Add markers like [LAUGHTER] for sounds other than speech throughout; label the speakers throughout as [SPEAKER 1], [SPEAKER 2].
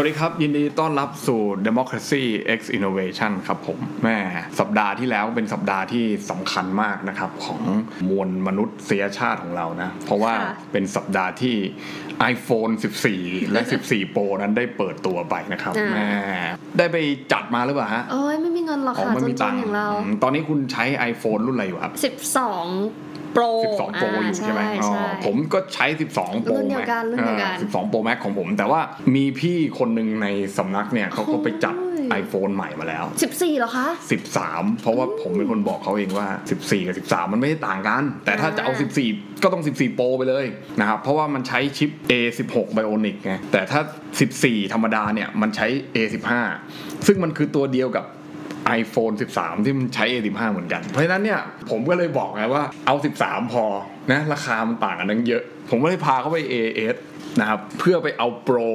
[SPEAKER 1] วัสดีครับ ยินดีต้อนรับสู่ Democracy X Innovation ครับผมแม่สัปดาห์ที่แล้วเป็นสัปดาห์ที่สำคัญมากนะครับของมวลมนุษยชาติของเรานะ เพราะว่า
[SPEAKER 2] ค่ะ
[SPEAKER 1] เป็นสัปดาห์ที่ iPhone 14 และ
[SPEAKER 2] [LAUGHS]
[SPEAKER 1] 14 Pro นั้นได้เปิดตัวไปนะครับแม่ได้ไปจัดมาหรือเปล่าฮะ
[SPEAKER 2] โอ้ยไม่มีเงินหรอก
[SPEAKER 1] อ๋อ
[SPEAKER 2] ค่ะ
[SPEAKER 1] ไม่
[SPEAKER 2] จ
[SPEAKER 1] มี
[SPEAKER 2] นจ
[SPEAKER 1] ตั
[SPEAKER 2] น
[SPEAKER 1] ง
[SPEAKER 2] อ
[SPEAKER 1] ค์
[SPEAKER 2] ย่างเรา
[SPEAKER 1] อืมตอนนี้คุณใช้ iPhone รุ่นอะไรอยู่ครับ
[SPEAKER 2] 12 โปร
[SPEAKER 1] 12 Pro อยู่ใช่ไหมอ๋อ
[SPEAKER 2] ใช่
[SPEAKER 1] ผมก็ใช้ 12 Pro
[SPEAKER 2] รุ่นเดียวกันรุ่นเดียวกัน
[SPEAKER 1] อ่า12 Pro Max ของผม แต่ว่ามีพี่คนหนึ่งในสำนักเนี่ยเขาก็ไปจัด
[SPEAKER 2] โอ้ย
[SPEAKER 1] iPhone ใหม่มาแล้ว
[SPEAKER 2] 14เหรอคะ
[SPEAKER 1] 13 เพราะว่าผมเป็นคนบอกเขาเองว่า 14 กับ 13 มันไม่ได้ต่างกัน แต่ถ้าจะเอา
[SPEAKER 2] อ่า
[SPEAKER 1] 14 ก็ต้อง 14 Pro ไปเลยนะครับ เพราะว่ามันใช้ชิป A16 Bionic ไง แต่ถ้า 14 ธรรมดาเนี่ย มันใช้ A15 ซึ่งมันคือตัวเดียวกับ iPhone 13 ที่มันใช้ A15 เหมือนกัน เพราะฉะนั้นเนี่ย ผมก็เลยบอกไงว่าเอา 13 พอนะ ราคามันต่างกันตั้งเยอะ ผมก็เลยพาเขาไป AS นะครับเพื่อไปเอา Pro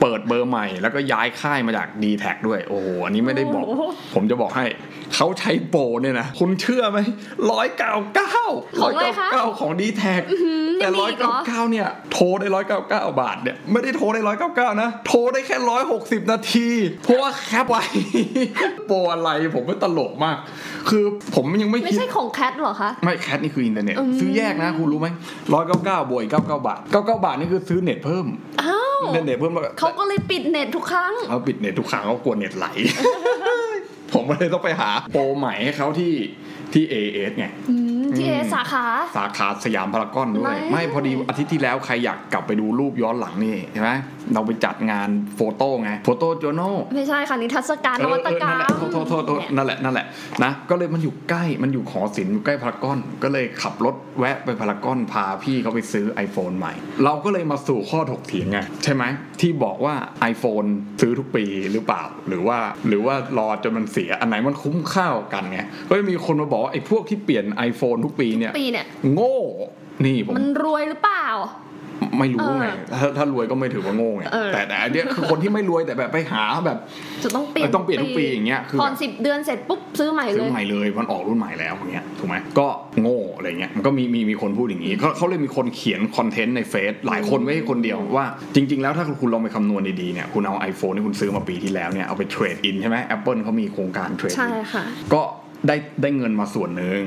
[SPEAKER 1] เปิดเบอร์ใหม่ แล้วก็ย้ายค่ายมาจาก d t แทด้วยโอ้โหอันนี้ไม่ได้บอก
[SPEAKER 2] โอ้โห
[SPEAKER 1] ผมจะบอกให้เขาใช้โปรเนี่ยนะ คุณเชื่อไหมร้อยเก้าเก้า
[SPEAKER 2] ของอะไรคะ
[SPEAKER 1] เก้าของดีแท็ก
[SPEAKER 2] ยั
[SPEAKER 1] แต่
[SPEAKER 2] งมี
[SPEAKER 1] ร้อย
[SPEAKER 2] อีกเหร
[SPEAKER 1] เก้า
[SPEAKER 2] อ
[SPEAKER 1] เก้าเนี่ยโทรได้ร้อยเก้าเก้าบาทเนี่ย ไม่ได้โทรได้ร้อยเก้าเก้านะ โทรได้แค่ร้อยหกสิบนาที เพราะว่าแคปไว้ [LAUGHS] โปรอะไรผมก็ตลกมาก คือผมยังไม่
[SPEAKER 2] ไม่
[SPEAKER 1] คิด
[SPEAKER 2] ใช่ของแคทเหรอคะ
[SPEAKER 1] ไม่แคทนี่คืออินเทอร์เน็ต
[SPEAKER 2] อืม
[SPEAKER 1] ซื้อแยกนะคุณรู้ไหมร้อยเก้าเก้าบวกเก้าเก้าบาทเก้าเก้าบาทนี่คือซื้อเน็ตเพิ่ม
[SPEAKER 2] อ้าว
[SPEAKER 1] อินเทอร์เน็ตเพิ่มแล้วก็
[SPEAKER 2] เขาก็เลยปิดเน็ตทุกครั้ง
[SPEAKER 1] เขาปิดเน็ตทุกครั้งเขากลัวเน็ตไหล [LAUGHS] ผมก็เลยต้องไปหาโปรใหม่ให้เขาที่ที่ AS ไง
[SPEAKER 2] อืมที่
[SPEAKER 1] อื
[SPEAKER 2] เอ
[SPEAKER 1] ม
[SPEAKER 2] สาขา
[SPEAKER 1] สาขาสยามพารากอนด้วย
[SPEAKER 2] ไม่
[SPEAKER 1] ไม่พอดีอาทิตย์ที่แล้วใครอยากกลับไปดูรูปย้อนหลังนี่ใช่ไหมเราไปจัดงานโฟโต้ไง โฟโต้จโน
[SPEAKER 2] ไม่ใช่ค่ะนิทรรศการนวัตกรรม
[SPEAKER 1] เออเออนั่นแหละโทษโทษโทษนั่นแหละนั่นแหละนะก็เลยมันอยู่ใกล้มันอยู่ขอศิลป์อยู่ใกล้พารากอน ก็เลยขับรถแวะไปพารากอนพาพี่เขาไปซื้อ iPhone ใหม่ เราก็เลยมาสู่ข้อถกเถียงไงใช่ไหมที่บอกว่า iPhone ซื้อทุกปีหรือเปล่า หรือว่าหรือว่ารอจนมันเสียอันไหนมันคุ้มค่ากันไงก็มีคนมาบอกว่าไอ้พวกที่เปลี่ยน iPhone ทุกปีเนี่ย
[SPEAKER 2] ปีเนี่ย
[SPEAKER 1] โง่นี่ผม
[SPEAKER 2] มันรวยหรือเปล่า
[SPEAKER 1] ไม่รู้ไง
[SPEAKER 2] เออ
[SPEAKER 1] ถ้าถ้ารวยก็ไม่ถือว่าโง่ไง
[SPEAKER 2] เออ
[SPEAKER 1] แต่แต่อันเนี้ยคือคนที่ไม่รวยแต่แบบไปหาแบบ
[SPEAKER 2] จะต้องเปลี่ยน
[SPEAKER 1] เออต้องเปลี่ยนทุกปีอย่างเงี้ยคือ
[SPEAKER 2] ผ่อนสิบเดือนเสร็จปุ๊บซื้อใหม่เล
[SPEAKER 1] ซื้อย ใหม่เลยมันออกรุ่นใหม่แล้วอย่างเงี้ยถูกไหมก็โง่อะไรเงี้ยมันก็มีมีมีคนพูดอย่างงี้เขาเขาเลยมีคนเขียนคอนเทนต์ในเฟซหลายคนไม่ใช่คนเดียวว่า จริง ๆ แล้วถ้าคุณลองไปคำนวณดีๆเนี่ยคุณเอา iPhone ที่คุณซื้อมาปีที่แล้วเนี่ยเอาไปเทรดอินใช่ไหม Apple เขามีโครงการเทรด
[SPEAKER 2] ใช่
[SPEAKER 1] อิน
[SPEAKER 2] ค่ะ
[SPEAKER 1] ก็ได้ได้เงินมาส่วนหนึ่ง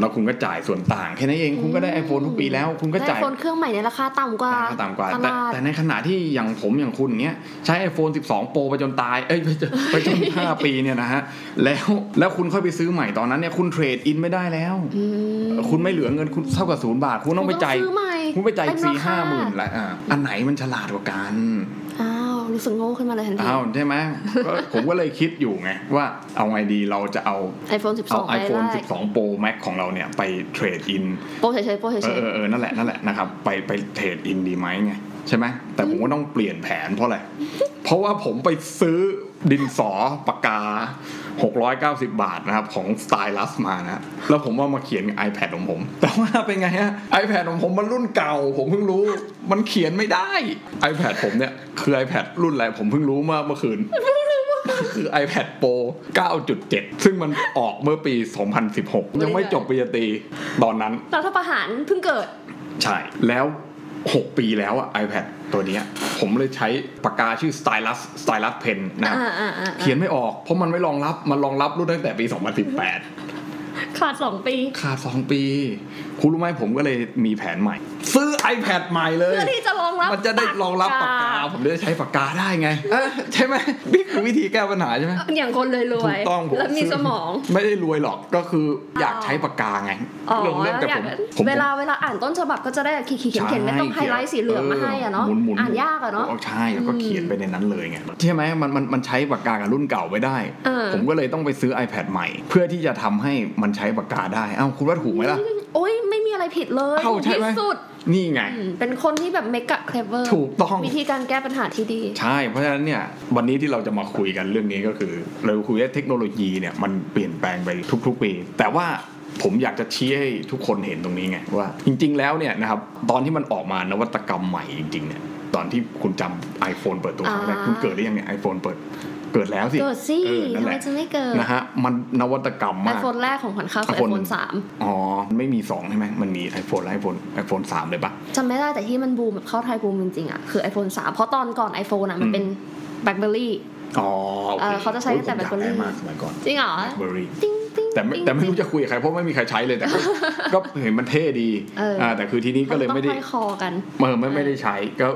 [SPEAKER 1] แล้วคุณก็จ่ายส่วนต่างแค่นั้นเองคุณก็ได้ iPhone ทุกปีแล้ว คุณก็
[SPEAKER 2] ได้
[SPEAKER 1] จ่าย
[SPEAKER 2] โฟนเครื่องใหม่ในราคาต่ำกว่า
[SPEAKER 1] ราคาต่ำกว่า
[SPEAKER 2] ต
[SPEAKER 1] แต่
[SPEAKER 2] ลาด
[SPEAKER 1] แต่ในขณะที่อย่างผมอย่างคุณอย่างเงี้ยใช้ iPhone 12 Pro ไปจนตาย เอ้ยไปจน
[SPEAKER 2] [LAUGHS]
[SPEAKER 1] ไปจน 5 ปีเนี่ยนะฮะ แล้วแล้วคุณค่อยไปซื้อใหม่ตอนนั้นเนี่ยคุณเทรดอินไม่ได้แล้ว
[SPEAKER 2] อืม
[SPEAKER 1] คุณไม่เหลือเงินคุณเท่ากับศูนย์บาท คุณต้องไปจ่าย
[SPEAKER 2] คุณซื้อใหม่
[SPEAKER 1] คุณไปจ่ายอีก
[SPEAKER 2] เร
[SPEAKER 1] สี่
[SPEAKER 2] ค
[SPEAKER 1] ห้าหมื่นละอ่ะอันไหนมันฉลาดกว่ากัน
[SPEAKER 2] อ้าวรู้สึกโง่ขึ้นมาเลยทันที
[SPEAKER 1] อ้าวใช่ไหมก็ ผมก็เลยคิดอยู่ไงว่าเอาไงดีเราจะเอา
[SPEAKER 2] iPhone 12
[SPEAKER 1] เอา
[SPEAKER 2] ไป
[SPEAKER 1] iPhone
[SPEAKER 2] ได้
[SPEAKER 1] 12 Pro Max ของเราเนี่ยไปเทรดอิน
[SPEAKER 2] โปรเฉยๆโปรเฉ
[SPEAKER 1] เออยเออเออนั่นแหละนั่นแหละนะครับไปไปเทรดอินดีไหมไงใช่ไหมแต่ผมก็ต้องเปลี่ยนแผนเพราะอะไร เพราะว่าผมไปซื้อดินสอปากกา 690 บาทนะครับ ของสไตลัสมานะ แล้วผมว่ามาเขียน iPad ของผม แต่ว่าเป็นไงฮะ iPad ของผมมันรุ่นเก่า ผมเพิ่งรู้มันเขียนไม่ได้ iPad ผมเนี่ย คือ iPad รุ่นอะไรผมเพิ่งรู้เมื่อเมื่อคืน คือ iPad Pro 9.7 ซึ่งมันออกเมื่อปี 2016 ยังไม่จบปริญญาตรีตอนนั้น
[SPEAKER 2] ๆรัฐประหารเพิ่งเกิด
[SPEAKER 1] ใช่ แล้ว 6 ปีแล้วอะ iPad ตัวเนี้ยผมเลยใช้ปากกาชื่อ Stylus Stylus Pen นะครับ
[SPEAKER 2] อ่าอ่าอ่า
[SPEAKER 1] เขียนไม่ออกเพราะมันไม่รองรับ มันรองรับรุ่นตั้งแต่ปี 2018
[SPEAKER 2] ขาดสองปี
[SPEAKER 1] ขาด 2 ปี คุณรู้ไหมผมก็เลยมีแผนใหม่ ซื้อ iPad ใหม่เลย
[SPEAKER 2] เพื่อที่จะรองรับ
[SPEAKER 1] มันจะได้รองรับปากกา ผมจะได้ใช้ปากกาได้ไงเอ้ยใช่ไหมนี่คือวิธีแก้ปัญหาใช่ไหม
[SPEAKER 2] อย่างคนเลยร
[SPEAKER 1] ถู
[SPEAKER 2] วย
[SPEAKER 1] กต้องผม
[SPEAKER 2] และมี
[SPEAKER 1] ซื้
[SPEAKER 2] สมอง
[SPEAKER 1] ไม่ได้รวยหรอกก็คืออยาก
[SPEAKER 2] อ๋อ
[SPEAKER 1] ใช้ปากกาไง
[SPEAKER 2] อ๋อ
[SPEAKER 1] เรื่องเรื่องแต่
[SPEAKER 2] อ
[SPEAKER 1] ผ
[SPEAKER 2] ยาก
[SPEAKER 1] มผม
[SPEAKER 2] เวลาเวลาอ่านต้นฉบับก็จะได้ขีดขีดเขียนเขียนไม่ต้องไฮไลท์สีเหลืองมาให้อะเนาะ
[SPEAKER 1] หมุนๆหมุนๆ
[SPEAKER 2] อ่านยากอะเนาะ
[SPEAKER 1] ใช่แล้วก็เขียนไปในนั้นเลยไงใช่ไหมมันมันมันใช้ปากกากับรุ่นเก่าไม่ได้
[SPEAKER 2] เออ
[SPEAKER 1] ผมก็เลยต้องไปซื้อ iPad ใหม่ เพื่อที่จะทำให้มันใช้ปากกาได้เอ้าคุณว่าถูกไหมล่ะ
[SPEAKER 2] โอ้ยไม่มีอะไรผิดเลย
[SPEAKER 1] เอ้าใช่ไหม
[SPEAKER 2] ที่สุด
[SPEAKER 1] นี่ไง
[SPEAKER 2] อืมเป็นคนที่แบบเมกะเคลเวอร์
[SPEAKER 1] ถูกต้อง
[SPEAKER 2] วิธีการแก้ปัญหาที่ดี
[SPEAKER 1] ใช่ เพราะฉะนั้นเนี่ยวันนี้ที่เราจะมาคุยกันเรื่องนี้ก็คือ เราคุยว่าเทคโนโลยีเนี่ยมันเปลี่ยนแปลงไปทุกๆปี แต่ว่าผมอยากจะชี้ให้ทุกคนเห็นตรงนี้ไงว่า จริง ๆ แล้วเนี่ยนะครับตอนที่มันออกมานวัตกรรมใหม่จริง ๆ เนี่ยตอนที่คุณจำ iPhone เปิดตัวครั้งแรก
[SPEAKER 2] อ่า
[SPEAKER 1] คุณเกิดหรือยังเนี่ยไอโฟนเปิดเกิดแล้วสิ
[SPEAKER 2] เกิดสิ
[SPEAKER 1] เออนั่น
[SPEAKER 2] ทำ
[SPEAKER 1] แห
[SPEAKER 2] ไม
[SPEAKER 1] ละ
[SPEAKER 2] จะไม่เกิด
[SPEAKER 1] นะฮะมันนวัตกรรม
[SPEAKER 2] ไอ
[SPEAKER 1] มาก
[SPEAKER 2] โฟนแรกของขวัญข้าวคือไอ
[SPEAKER 1] iPhone
[SPEAKER 2] โฟนสาม
[SPEAKER 1] อ๋อไม่มี2ใช่ไหมมันมี iPhone และ iPhone iPhone 3เลยปะ
[SPEAKER 2] จำไม่ได้แต่ที่มันบูมแบบเข้าไทยบูมจริงๆอะคือ iPhone 3 เพราะตอนก่อน iPhone อะมันเป็น แบล็คเบอร์รี่
[SPEAKER 1] อ๋อโอค
[SPEAKER 2] เออเขาจะใช้ตั้งแต่
[SPEAKER 1] โยผม
[SPEAKER 2] BlackBerry
[SPEAKER 1] อยากได้มากสมัยก่อน
[SPEAKER 2] จริงเหรอ
[SPEAKER 1] BlackBerry
[SPEAKER 2] ติ๊งติ๊ง
[SPEAKER 1] แต่ไม่
[SPEAKER 2] ติ๊ง
[SPEAKER 1] แต่ไม่รู้จะคุยกับใครเพราะไม่มีใครใช้เลยแต่ก็
[SPEAKER 2] [LAUGHS]
[SPEAKER 1] ก็เห็นมันเท่ดี
[SPEAKER 2] เอออ่
[SPEAKER 1] าแต่คือทีนี้ก็เลยไม่ได้
[SPEAKER 2] ต้องห้อยคอกัน
[SPEAKER 1] เออไม่ไม่ได้ใช้ก็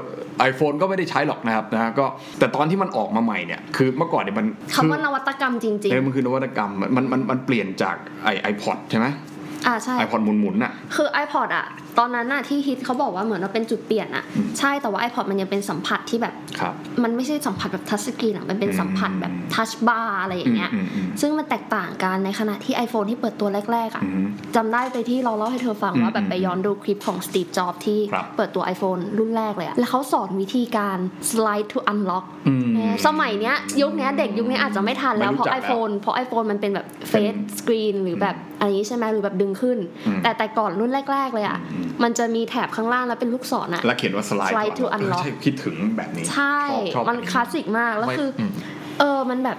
[SPEAKER 1] iPhone ก็ไม่ได้ใช้หรอกนะครับนะฮะก็แต่ตอนที่มันออกมาใหม่เนี่ย คือเมื่อก่อนเนี่ยมัน
[SPEAKER 2] คำว่านวัตกรรมจริง
[SPEAKER 1] เออมันคือนวัตกรรมมันมันมันมันเปลี่ยนจากไอไอพอดใช่ไหม
[SPEAKER 2] ๆ อ่าใช่
[SPEAKER 1] ไอพอดหมุนหมุนๆน่ะ
[SPEAKER 2] คือ iPod อะตอนนั้นน่ะที่ฮิตเขาบอกว่าเหมือนว่าเป็นจุดเปลี่ยนอะ
[SPEAKER 1] อืม
[SPEAKER 2] ใช่แต่ว่า iPod มันยังเป็นสัมผัสที่แบบ
[SPEAKER 1] ครับ
[SPEAKER 2] มันไม่ใช่สัมผัสแบบทัชสกรีนอะมันเป็นสัมผัสแบบทัชบาร์อะไรอย่างเงี้ย
[SPEAKER 1] อืมอืมอืม
[SPEAKER 2] ซึ่งมันแตกต่างกันในขณะที่ iPhone ที่เปิดตัวแรก ๆอะ
[SPEAKER 1] อืม
[SPEAKER 2] จำได้ไปที่เราเล่าให้เธอฟังว่า
[SPEAKER 1] อืม
[SPEAKER 2] แบบไปย้อนดูคลิปของสตีฟจ็อบที่
[SPEAKER 1] ครับ
[SPEAKER 2] เปิดตัว iPhone รุ่นแรกเลยอะแล้วเขาสอนวิธีการ slide to unlock
[SPEAKER 1] อืม
[SPEAKER 2] สมัยเนี้ยยุคเนี้ยเด็กยุคนี้อาจจะไม่ทันแล้ว
[SPEAKER 1] ไม่รู้
[SPEAKER 2] เพราะ
[SPEAKER 1] จักแล้ว
[SPEAKER 2] iPhone เพราะ iPhone มันเป็นแบบเฟ
[SPEAKER 1] เป็
[SPEAKER 2] ซ
[SPEAKER 1] น
[SPEAKER 2] สกรีนหรือแบบอันนี้ใช่ไหมหรือแบบดึงขึ้น
[SPEAKER 1] อืม
[SPEAKER 2] แต่แต่ก่อนรุ่นแรก ๆ เลยอ่ะ
[SPEAKER 1] อืม
[SPEAKER 2] มันจะมีแถบข้างล่างแล้วเป็นลูกศรอ่ะ
[SPEAKER 1] แล้วเขียนว่าสไลด์
[SPEAKER 2] Slide to
[SPEAKER 1] เออ
[SPEAKER 2] unlock
[SPEAKER 1] ใช่คิดถึงแบบนี้
[SPEAKER 2] ใช่
[SPEAKER 1] อบชอบ
[SPEAKER 2] มัน
[SPEAKER 1] แบบ
[SPEAKER 2] คลาสสิกมาก แล้ว
[SPEAKER 1] ไม่
[SPEAKER 2] คืออ
[SPEAKER 1] ม
[SPEAKER 2] เออมันแบบ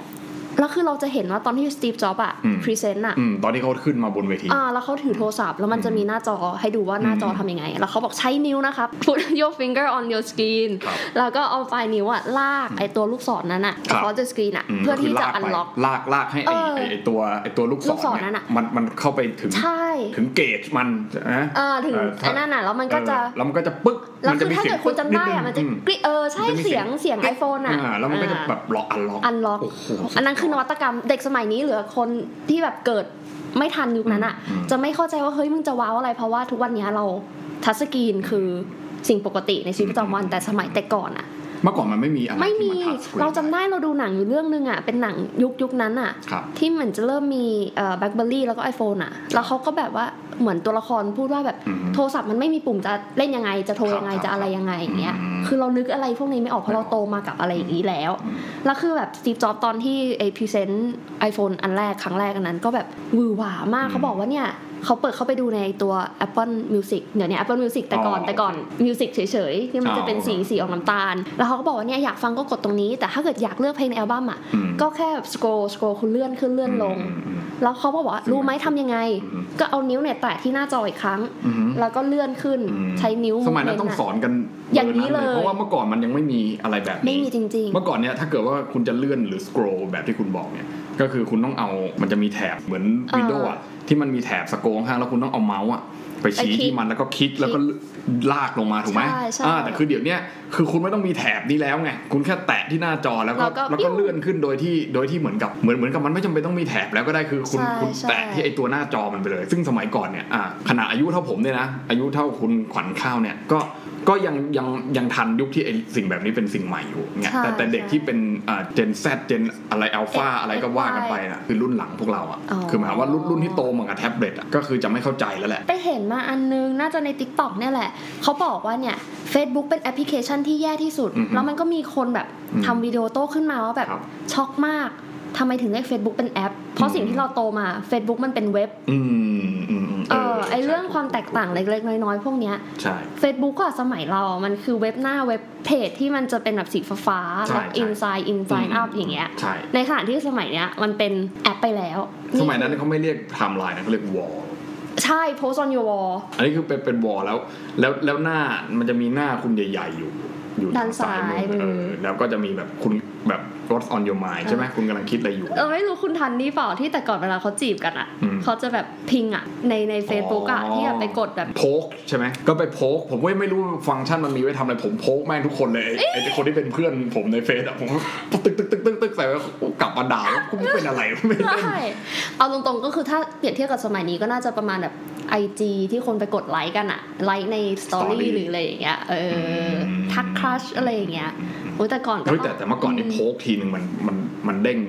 [SPEAKER 2] แล้วคือเราจะเห็นว่าตอนที่สตีฟจ็อบส์อ่ะ
[SPEAKER 1] อืม
[SPEAKER 2] พรีเซนต์อ่ะ
[SPEAKER 1] อืมตอนที่เขาขึ้นมาบนเวที
[SPEAKER 2] อ่าแล้วเขาถือโทรศัพท์แล้วมันจะมีหน้าจอให้ดูว่าหน้าจอทำยังไง แล้วเขาบอกใช้นิ้วนะครับ put [LAUGHS] your finger on your screen
[SPEAKER 1] ครับ
[SPEAKER 2] แล้วก็เอาปลายนิ้วอ่ะลากไอตัวลูกศรนั้นอ่ะ
[SPEAKER 1] ครับ
[SPEAKER 2] across the screen อ่ะ
[SPEAKER 1] ม
[SPEAKER 2] เพื่อที่
[SPEAKER 1] คื
[SPEAKER 2] จะ
[SPEAKER 1] ลากไป
[SPEAKER 2] unlock
[SPEAKER 1] ลากลากให้ไอไอ้ไอตัวไอตัวลูกศ
[SPEAKER 2] ลูกศร
[SPEAKER 1] ร
[SPEAKER 2] นั่
[SPEAKER 1] เนี่ย
[SPEAKER 2] นน่ะ
[SPEAKER 1] มันมันเข้าไปถึง
[SPEAKER 2] ใช่
[SPEAKER 1] ถึงเกจมันนะ
[SPEAKER 2] เออถึง
[SPEAKER 1] เออถ้า
[SPEAKER 2] ไอ้นั่นน่ะแล้วมันก็จะ
[SPEAKER 1] เออแล้วมันก็จะปึ๊ก
[SPEAKER 2] แล้ว
[SPEAKER 1] มั
[SPEAKER 2] คือถ้าเกิดคุณจำได้
[SPEAKER 1] ปึ๊ก
[SPEAKER 2] อะมันจะ
[SPEAKER 1] อื
[SPEAKER 2] กริเออใช่
[SPEAKER 1] มันจะมีเสี
[SPEAKER 2] เสีย
[SPEAKER 1] ย
[SPEAKER 2] ง
[SPEAKER 1] ง
[SPEAKER 2] เสียง iPhone อ่ะ
[SPEAKER 1] อ่าแล้วมันก็จะแบบล็อกอันล็อก
[SPEAKER 2] อันล็อก
[SPEAKER 1] โอ้โห
[SPEAKER 2] อันนั้นคือนวัตกรรมเด็กสมัยนี้เหลือคนที่แบบเกิดไม่ทันยุคนั้นอ่ะ
[SPEAKER 1] อืม
[SPEAKER 2] จะไม่เข้าใจว่าเฮ้ยมึงจะว้าวอะไร เพราะว่าทุกวันนี้เราทัชสกรีนคือสิ่งปกติในชีวิตประจำวันแต่สมัยแต่ก่อนอ่ะ
[SPEAKER 1] เมื่อก่อนมันไม่มีอะไร
[SPEAKER 2] ไม่
[SPEAKER 1] ที่
[SPEAKER 2] มี
[SPEAKER 1] น touch screen
[SPEAKER 2] เราจำได้เราดูหนังอยู่เรื่องนึงอ่ะเป็นหนังยุคยุคนั้นอ่ะ
[SPEAKER 1] ครับ
[SPEAKER 2] ที่เหมือนจะเริ่มมีเอ่อแบล็คเบอร์รี่แล้วก็ iPhone อ่ะ แล้วเขาก็แบบว่าเหมือนตัวละครพูดว่าแบบ
[SPEAKER 1] อือฮึ
[SPEAKER 2] โทรศัพท์มันไม่มีปุ่มจะเล่นยังไง จะโทรยังไง
[SPEAKER 1] ครับ
[SPEAKER 2] จะอะไรยังไงอย่างเงี้ย
[SPEAKER 1] อืม
[SPEAKER 2] คือเรานึกอะไรพวกนี้ไม่ออกเพราะ
[SPEAKER 1] ไม่
[SPEAKER 2] เรา
[SPEAKER 1] ออก
[SPEAKER 2] โตมากับอะไรอย่างนี้แล้ว
[SPEAKER 1] อืม
[SPEAKER 2] แล้วคือแบบสตีฟจ็อบตอนที่ไอพรีเซนต์ไอโฟนอันแรกครั้งแรกอันนั้น ก็แบบหวือหวามากเขาบอกว่าเนี่ยเขาเปิดเข้าไปดูในตัว Apple Music เดี๋ยวนี้ Apple Music แต่ก่อน
[SPEAKER 1] อ๋อ
[SPEAKER 2] แต่ก่อน Music เฉยๆที่มันจะเป็นสี
[SPEAKER 1] อ๋อ
[SPEAKER 2] สีออกน้ำตาล แล้วเขาก็บอกว่าเนี่ยอยากฟังก็กดตรงนี้ แต่ถ้าเกิดอยากเลือกเพลงในอัลบั้มอ่ะ
[SPEAKER 1] อืม
[SPEAKER 2] ก็แค่สคร l สคร l คุณเลื่อนขึ้นเลื่อนลง
[SPEAKER 1] อืม
[SPEAKER 2] แล้วเขาบอกว่ารู้ไหมทำยังไง
[SPEAKER 1] อืม
[SPEAKER 2] ก็เอานิ้วเนี่ยแตะที่หน้าจออีกครั้ง
[SPEAKER 1] อืม
[SPEAKER 2] แล้วก็เลื่อนขึ้น
[SPEAKER 1] อืม
[SPEAKER 2] ใช้นิ้ว
[SPEAKER 1] สมัยนั้นต้องสอนกัน
[SPEAKER 2] อย่างนี้เลย
[SPEAKER 1] เพราะว่าเมื่อก่อนมันยังไม่มีอะไรแบบ
[SPEAKER 2] ไม่
[SPEAKER 1] นี้
[SPEAKER 2] มีจริง
[SPEAKER 1] เมื่อก่อนเนี่ยถ้าเกิดว่าคุณจะเลื่อนหรือสครอแบบที่คุณบอกเนี่ยก็คือคุณต้องเอามันจะมีแถบเหมือน
[SPEAKER 2] เออ
[SPEAKER 1] วิดีโอะที่มันมีแถบสโกงข้างแล้วคุณต้องเอาเมาส์อะไปชี้
[SPEAKER 2] ไปคลิก
[SPEAKER 1] ที่มันแล้วก็คลิกแล้วก็ลากลงมาถูกไหม
[SPEAKER 2] ใช่ใช่
[SPEAKER 1] อ่าแต่คือเดี๋ยวเนี้ยคือคุณไม่ต้องมีแถบนี้แล้วไงคุณแค่แตะที่หน้าจอแล้วก็
[SPEAKER 2] แล้วก็
[SPEAKER 1] แล้วก็เลื่อนขึ้นโดยที่โดยที่เหมือนกับเหมือนเหมือนกับมันไม่จำเป็นต้องมีแถบแล้วก็ได้คือคุณ
[SPEAKER 2] ใช่
[SPEAKER 1] คุณ
[SPEAKER 2] ใช่
[SPEAKER 1] แตะที่ไอตัวหน้าจอมันไปเลย ซึ่งสมัยก่อนเนี่ยอ่าขณะอายุเท่าผมเนี่ยนะอายุเท่าคุณขวัญข้าวเนี่ยก็ก็ยังยังยังทันยุคที่ไอสิ่งแบบนี้เป็นสิ่งใหม่อยู่เนี่ย
[SPEAKER 2] ใช่
[SPEAKER 1] แต่แต่เด็ก
[SPEAKER 2] ใช่
[SPEAKER 1] ที่เป็นอ่าเจนแซดเจนอะไรอัลฟาอะไรก็ว่ากันไปนะคือรุ่นหลังพวกเราอ่ะ
[SPEAKER 2] อ๋อ
[SPEAKER 1] คือหมายความว่ารุ่นรุ่นที่โตมากับแท็บเล็ตอะก็คือจะไม่เข้าใจแล้วแหละ
[SPEAKER 2] ไปเห็นมาอันนึง น่าจะใน t ิ k t o k เนี่ยแหละ เขาบอกว่าเนี่ย Facebook เป็นแอปพลิเคชันที่แย่ที่สุด
[SPEAKER 1] อือฮึ
[SPEAKER 2] แล้วมันก็มีคนแบบ
[SPEAKER 1] อืม
[SPEAKER 2] ทำวิดีโอโต้ขึ้นมาว่าแบบ
[SPEAKER 1] ครับ
[SPEAKER 2] ช็อกมากทำไมถึงเรียก Facebook เป็นแอป เพราะ
[SPEAKER 1] อืม
[SPEAKER 2] สิ่งที่เราโตมา Facebook มันเป็นเว็บ
[SPEAKER 1] อืมอืมอืม
[SPEAKER 2] เออไอเรื่องความแตกต่างเล็กๆ น้อยๆ พวกเนี้ย
[SPEAKER 1] ใช่
[SPEAKER 2] Facebook ก็สมัยเราอะมันคือเว็บหน้าเว็บเพจที่มันจะเป็นแบบสีฟ้า
[SPEAKER 1] ใช่
[SPEAKER 2] ๆล็อกอินไซน์อินไซน์อัพ
[SPEAKER 1] อืม
[SPEAKER 2] อย่างเงี้ย
[SPEAKER 1] ใช่
[SPEAKER 2] ในขณะที่สมัยเนี้ยมันเป็นแอปไปแล้ว
[SPEAKER 1] สมัยนั้นเขาไม่เรียกไทม์ไลน์นะเขาเรียกวอล
[SPEAKER 2] ใช่ post on your wall
[SPEAKER 1] อันนี้คือเป็นเป็นวอลแล้ว แล้วแล้วหน้ามันจะมีหน้าคุณใหญ่ๆอยู่ อยู่
[SPEAKER 2] ด้านซ้าย
[SPEAKER 1] มือ
[SPEAKER 2] มือ
[SPEAKER 1] เออแล้วก็จะมีแบบคุณแบบ what's on your mind ใช่ไหมคุณกำลังคิดอะไรอยู่
[SPEAKER 2] เออไม่รู้คุณทันนี่เปล่าที่แต่ก่อนเวลาเขาจีบกันอ่ะ
[SPEAKER 1] อืม
[SPEAKER 2] เขาจะแบบพิงอ่ะในใน Facebook อ่ะที่แบบไปกดแบบ
[SPEAKER 1] โพกใช่ไหมก็ไปโพกผมก็ไม่รู้ฟังก์ชันมันมีไว้ทำอะไรผมโพกแม่งทุกคนเลยไอ้ไอ้คนที่เป็นเพื่อนผมในเฟซอะผมก็ตึกตึกตึกตึกตึกใส่ไว้กลับมาด่าว่ากูเป็นอะไร [LAUGHS] ไม่เล่น
[SPEAKER 2] ใช่ เอาตรงๆก็คือถ้าเปรียบเทียบกับสมัยนี้ก็น่าจะประมาณแบบไอจที่คนไปกดไลค์กันอะไลค์ในสตอ
[SPEAKER 1] Story
[SPEAKER 2] รี่หรืออะไรอย่างเงี้ยเอออ
[SPEAKER 1] ม
[SPEAKER 2] ทักครัชอะไรอย่างเงี้ยโอ้แต่ก่อนก็
[SPEAKER 1] เฮ้ยแต่แต่เมื่อก่อนนี่โพกทีนึงมันมันมันเด้ง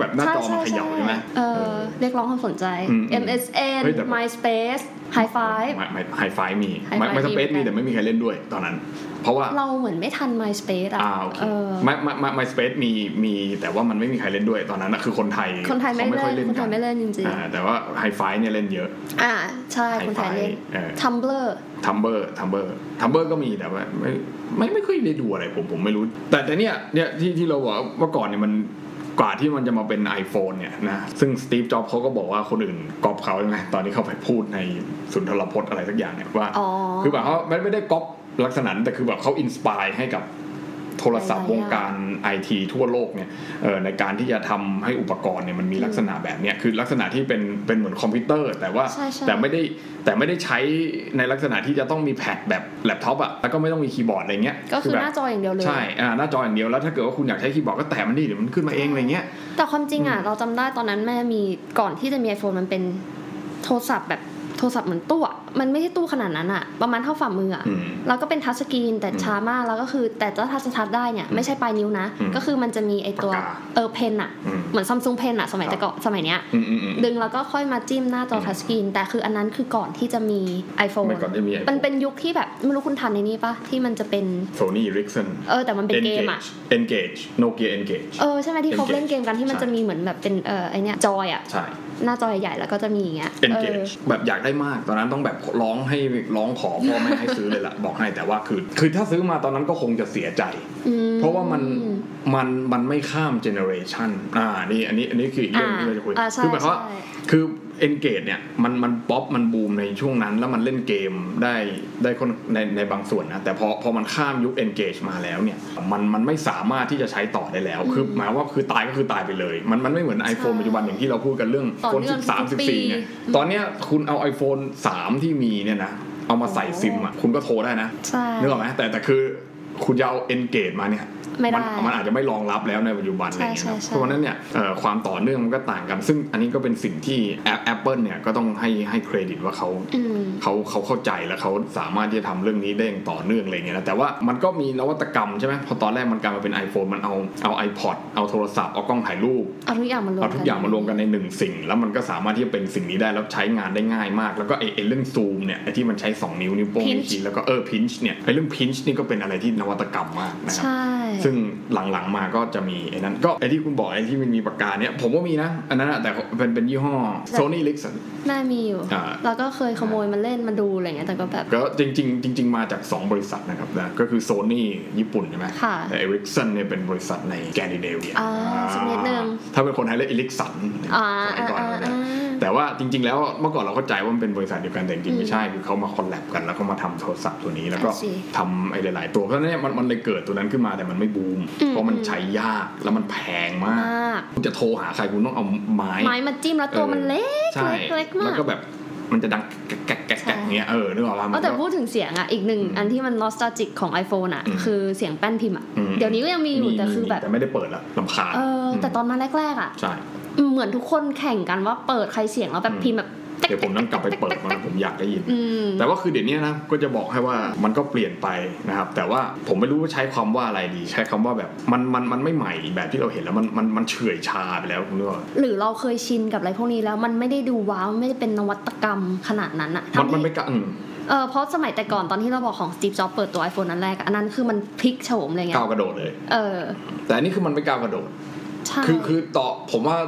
[SPEAKER 1] แบบหน้าจอมันเขย่าใช่ไหม
[SPEAKER 2] เออเรียกร้องความสนใจ
[SPEAKER 1] อืมอืม
[SPEAKER 2] MSN
[SPEAKER 1] เฮ้ยแต่
[SPEAKER 2] MySpace High Five
[SPEAKER 1] ไม่ไม่ไฮไฟมี
[SPEAKER 2] Hi-Fi
[SPEAKER 1] ไม่ไม่สเปซมี
[SPEAKER 2] มีเหมือนกัน
[SPEAKER 1] แต่ไม่มีใครเล่นด้วยตอนนั้น เพราะว่า
[SPEAKER 2] เราเหมือนไม่ทัน MySpace อะ
[SPEAKER 1] อ่าโอเค
[SPEAKER 2] เออ
[SPEAKER 1] ไม่ไม่ไม่ไม่สเปซมีมีแต่ว่ามันไม่มีใครเล่นด้วยตอนนั้นนะคือคนไทย
[SPEAKER 2] คนไทยไม่
[SPEAKER 1] ขาค่อ
[SPEAKER 2] เล่นคนไท
[SPEAKER 1] กั
[SPEAKER 2] ยไม่เล่นจริง
[SPEAKER 1] อ่าแต่ว่าไฮไฟเนี่ยเล่นเยอะ
[SPEAKER 2] ๆ อ่าใช่คนไทยเล่น
[SPEAKER 1] เออ
[SPEAKER 2] Tumblr
[SPEAKER 1] ทัมเบอร์ทัมเบอร์ทัมเบอร์ก็มีแต่ว่าไม่ไม่ไม่เคยได้ดูอะไรผมผมไม่รู้ แต่แต่เนี่ยเนี่ยที่ที่เราบอกว่าเมื่อก่อนเนี่ยมันกว่าที่มันจะมาเป็น iPhone เนี่ยนะซึ่งสตีฟจ็อบเขาก็บอกว่าคนอื่นก๊อปเขาใช่ไหมตอนนี้เขาไปพูดในสุนทรพจน์อะไรสักอย่างเนี่ยว่า
[SPEAKER 2] อ๋อ
[SPEAKER 1] คือแบบเขามว่าไม่ไม่ได้ก๊อปลักษณะนั้นแต่คือแบบเขาอินสปายให้กับ โทรศัพท์วงการไอทีทั่วโลกเนี่ยเอ่อในการที่จะทำให้อุปกรณ์เนี่ยมันมีลักษณะแบบเนี้ยคือลักษณะที่เป็นเป็นเหมือนคอมพิวเตอร์ แต่ว่า
[SPEAKER 2] ใช่ใช่
[SPEAKER 1] แต่ไม่ได้แต่ไม่ได้ใช้ในลักษณะที่จะต้องมีแพดแบบแล็ปท็อปอะแล้วก็ไม่ต้องมีคีย์บอร์ดอะไรเงี้ย
[SPEAKER 2] ก็คือ
[SPEAKER 1] แบ
[SPEAKER 2] ห
[SPEAKER 1] บ
[SPEAKER 2] น้าจออย่างเดียวเลย
[SPEAKER 1] ใช่อ่าหน้าจออย่างเดียว แล้วถ้าเกิดว่าคุณอยากใช้คีย์บอร์ดก็แตะมันนี่เดี๋ยวมันขึ้นมาเองอะไรเงี้ย
[SPEAKER 2] แต่ความจริงอ่ะเราจำได้ตอนนั้นแม่มีก่อนที่จะมี iPhone มันเป็นโทรศัพท์แบบโทรศัพท์เหมือนตู้อะมันไม่ใช่ตู้ขนาดนั้นอ่ะ ประมาณเท่าฝ่ามืออ่ะ
[SPEAKER 1] อืม
[SPEAKER 2] แล้วก็เป็นทัชสกรีนแต่
[SPEAKER 1] อืม
[SPEAKER 2] ช้ามากแล้วก็คือแต่ถ้าทัชทัชได้เนี่ยไม่ใช่ปลายนิ้วนะ
[SPEAKER 1] อืม
[SPEAKER 2] ก็คือมันจะมีไอตัว
[SPEAKER 1] ปากกา
[SPEAKER 2] เออเพนอ่ะ
[SPEAKER 1] อืม
[SPEAKER 2] เหมือนซัมซุงเพนอ่ะสมัยแต่ก่อนสมัยเนี้ย
[SPEAKER 1] อืมอืมอืม
[SPEAKER 2] ดึงแล้วก็ค่อยมาจิ้มหน้าจอทัชสกรีนแต่คืออันนั้นคือก่อนที่จะมี iPhone
[SPEAKER 1] มันก่อนที่มี iPhone
[SPEAKER 2] มันเป็นยุคที่แบบไม่รู้คุณทันในนี้ปะที่มันจะเป็น
[SPEAKER 1] โซนี่ริกสัน
[SPEAKER 2] เออแต่มันเป็นเกมอ่ะ
[SPEAKER 1] engage Nokia engage
[SPEAKER 2] เออใช่ไหมที่เขา
[SPEAKER 1] Engage
[SPEAKER 2] เล่นเกมกันที่มัน
[SPEAKER 1] ใช่
[SPEAKER 2] จะมีเหมือนแบบเป็นเออไอเนี้ยจอยอ่ะ
[SPEAKER 1] ใช่
[SPEAKER 2] หน้าจอใหญ่ๆ แล้วก็จะมีอย่างเงี้ยเออ
[SPEAKER 1] engage แบบอยากได้มาก ตอนนั้นต้องแบบร้องให้ร้องขอพ่อแม่ให้ซื้อเลยล่ะ [LAUGHS] บอกให้แต่ว่าคือ คือถ้าซื้อมาตอนนั้นก็คงจะเสียใจ
[SPEAKER 2] อืม
[SPEAKER 1] เพราะว่ามันมันมันไม่ข้ามเจเนอเรชันอ่านี่อันนี้อันนี้คืออีกเรื่องที่เราจะคุย
[SPEAKER 2] อ่าใช่
[SPEAKER 1] คืหมายความว่า
[SPEAKER 2] ใช่
[SPEAKER 1] คือ Engage เนี่ยมันมันป๊อปมันบูมในช่วงนั้น แล้วมันเล่นเกมได้ได้คนในในบางส่วนนะ แต่พอพอมันข้ามยุค Engage มาแล้วเนี่ยมันมันไม่สามารถที่จะใช้ต่อได้แล้ว คือหมายว่าคือตายก็คือตายไปเลย มันมันไม่เหมือน iPhone ปัจจุบันอย่างที่เราพูดกันเรื่อง
[SPEAKER 2] ต่อ
[SPEAKER 1] คน
[SPEAKER 2] เนื่อง
[SPEAKER 1] 13
[SPEAKER 2] ทุกๆปี
[SPEAKER 1] 14เนี่ยตอนเนี้ยคุณเอา iPhone 3 ที่มีเนี่ยนะเอามาใส่ซิมอ่ะคุณก็โทรได้นะ
[SPEAKER 2] ใช่
[SPEAKER 1] นึกออกไหมแต่แต่คือคุณจะเอาเอนเกจมาเนี่ย
[SPEAKER 2] ไม่ได้
[SPEAKER 1] นมันอาจจะไม่รองรับแล้วในปัจจุบันอะไรเงี้ยค
[SPEAKER 2] ใช่
[SPEAKER 1] รับ
[SPEAKER 2] ใช่ใช่
[SPEAKER 1] เพราะฉะนั้นเนี่ยเอ่อความต่อเนื่องมันก็ต่างกัน ซึ่งอันนี้ก็เป็นสิ่งที่แอปแอปเปิลเนี่ยก็ต้องให้ให้เครดิตว่าเขา
[SPEAKER 2] อืม
[SPEAKER 1] เขาเขาเข้าใจแล้วเขาสามารถที่จะทำเรื่องนี้ได้อย่างต่อเนื่องอะไรเงี้ยนะแต่ว่ามันก็มีนวัตกรรมใช่ไหมพอตอนแรกมันกลายมาเป็น iPhone มันเอาเอา iPod เอาโทรศัพท์เอากล้องถ่ายรูป
[SPEAKER 2] เอาทุกอย่างมารวม
[SPEAKER 1] เอา
[SPEAKER 2] กัน
[SPEAKER 1] ทุกอย่างมารวมกันในหนึ่งสิ่ง แล้วมันก็สามารถที่จะเป็นสิ่งนี้ได้แล้วใช้งานได้ง่ายมาก แล้วก็ไอ้ไอ้เรื่องซูมเนี่ยไอ้ที่มันใช้ 2 นิ้วนิ้วโป้งนิ้ว
[SPEAKER 2] Pinch
[SPEAKER 1] ชี้แล้วก็เออพินช์เนี่ยไอ้เรื่องพินช์นี่ก็เป็นอะไรที่นวัตกรรมมากนะครับ
[SPEAKER 2] ใช่
[SPEAKER 1] ซึ่งหลังๆมาก็จะมีไอ้นั้นก็ไอ้ที่คุณบอกไอ้ที่มันมีปากกาเนี่ยผมก็มีนะ อันนั้นอะแต่เป็นเป็นยี่ห้อ Sony l i x o n
[SPEAKER 2] แม่มีอยู่
[SPEAKER 1] อ่า
[SPEAKER 2] แล้วก็เคยขโมยมาเล่นมาดูอะไรเงี้ยแต่ก็แบบ
[SPEAKER 1] ก็จริงๆจริง ๆ มาจาก 2 บริษัทนะครับนะก็คือ Sony ญี่ปุ่นใช่ไหม
[SPEAKER 2] ค่ะ
[SPEAKER 1] แต่ Ericsson เนี่ยเป็นบริษัทในแกนดิเนเวีย
[SPEAKER 2] อ่าสักนิดนึง
[SPEAKER 1] ถ้าเป็นคนไทยเรียก Ericsson
[SPEAKER 2] อ่า
[SPEAKER 1] สมัย
[SPEAKER 2] อ่า
[SPEAKER 1] ก่อน
[SPEAKER 2] อ่า
[SPEAKER 1] เราเนี่ย
[SPEAKER 2] อ่า
[SPEAKER 1] แต่ว่าจริง ๆ แล้วเมื่อก่อนเราเข้าใจว่ามันเป็นบริษัทเดียวกันแต่จริงๆไม่ใช่คือเขามาคอลแลบกันแล้วก็มาทำโทรศัพท์ตัวนี้แล้วก็
[SPEAKER 2] อ่าสิ
[SPEAKER 1] ทำไอ้หลาย ๆ ตัวเพราะฉะนั้นเนี่ยมันมันเลยเกิดตัวนั้นขึ้นมาแต่มันไม่บูม
[SPEAKER 2] อืม
[SPEAKER 1] เพราะมันใช้ยากแล้วมันแพงมาม ก
[SPEAKER 2] าก
[SPEAKER 1] คุณจะโทรหาใครคุณต้องเอาไม้
[SPEAKER 2] ไม้มาจิ้มแล้วตั
[SPEAKER 1] เอ
[SPEAKER 2] ว
[SPEAKER 1] อ
[SPEAKER 2] มันเล็ก
[SPEAKER 1] ใช่
[SPEAKER 2] เล็กเล็ก
[SPEAKER 1] แล้
[SPEAKER 2] มาว ก
[SPEAKER 1] ก็แบบมันจะดังแกะแกะแกะ
[SPEAKER 2] ใช่
[SPEAKER 1] แกะอย่างเงี้ยเออนึกออกปะมั
[SPEAKER 2] เอา
[SPEAKER 1] น
[SPEAKER 2] แต่
[SPEAKER 1] ก็
[SPEAKER 2] พูดถึงเสียงอ่ะ อีกหนึ่งอันที่มันนอสตาจิกของ iPhone อ่ะ
[SPEAKER 1] อืม
[SPEAKER 2] คือเสียงแป้นพิมพ์อ่ะ
[SPEAKER 1] อืม
[SPEAKER 2] เดี๋ยวนี้ก็ยังมีอยู่
[SPEAKER 1] มี
[SPEAKER 2] แต่คือ
[SPEAKER 1] มี
[SPEAKER 2] แบบ
[SPEAKER 1] แต่ไม่ได้เปิดละลำคาญ
[SPEAKER 2] เออแต่ตอนมาแรกๆอ่ะ
[SPEAKER 1] ใช่
[SPEAKER 2] เหมือนทุกคนแข่งกันว่าเปิดใครเสียงแล้วแบบ
[SPEAKER 1] อืม
[SPEAKER 2] พิมพ์แบบ
[SPEAKER 1] เดี๋ยวผมต้องกลับไปเปิดมันผมอยากได้ยิน
[SPEAKER 2] อืม
[SPEAKER 1] แต่ว่าคือเดี๋ยวนี้นะก็จะบอกให้ว่ามันก็เปลี่ยนไปนะครับ แต่ว่าผมไม่รู้ว่าใช้คำว่าอะไรดี ใช้คำว่าแบบมันมันมันไม่ใหม่แบบที่เราเห็นแล้วมันมันมันเฉื่อยชาไปแล้วคุณเนื้อ
[SPEAKER 2] หรือเราเคยชินกับอะไรพวกนี้แล้วมันไม่ได้ดูว้าวไม่ได้เป็นนวัตกรรมขนาดนั้นอะ
[SPEAKER 1] มัน
[SPEAKER 2] ทำ
[SPEAKER 1] มัน
[SPEAKER 2] ให้
[SPEAKER 1] ไม่กะอืม
[SPEAKER 2] เออเพราะสมัยแต่ก่อนตอนที่เราบอกของ Steve Jobs เปิดตัว iPhone นั้นแรกอะอันนั้นคือมันพลิกโฉมเลยไง
[SPEAKER 1] ก้าวกระโดดเลย
[SPEAKER 2] เออ
[SPEAKER 1] แต่อันนี้คือมันไม่ก้าวกระโดด
[SPEAKER 2] ใช่
[SPEAKER 1] คือคือต่อผมว่า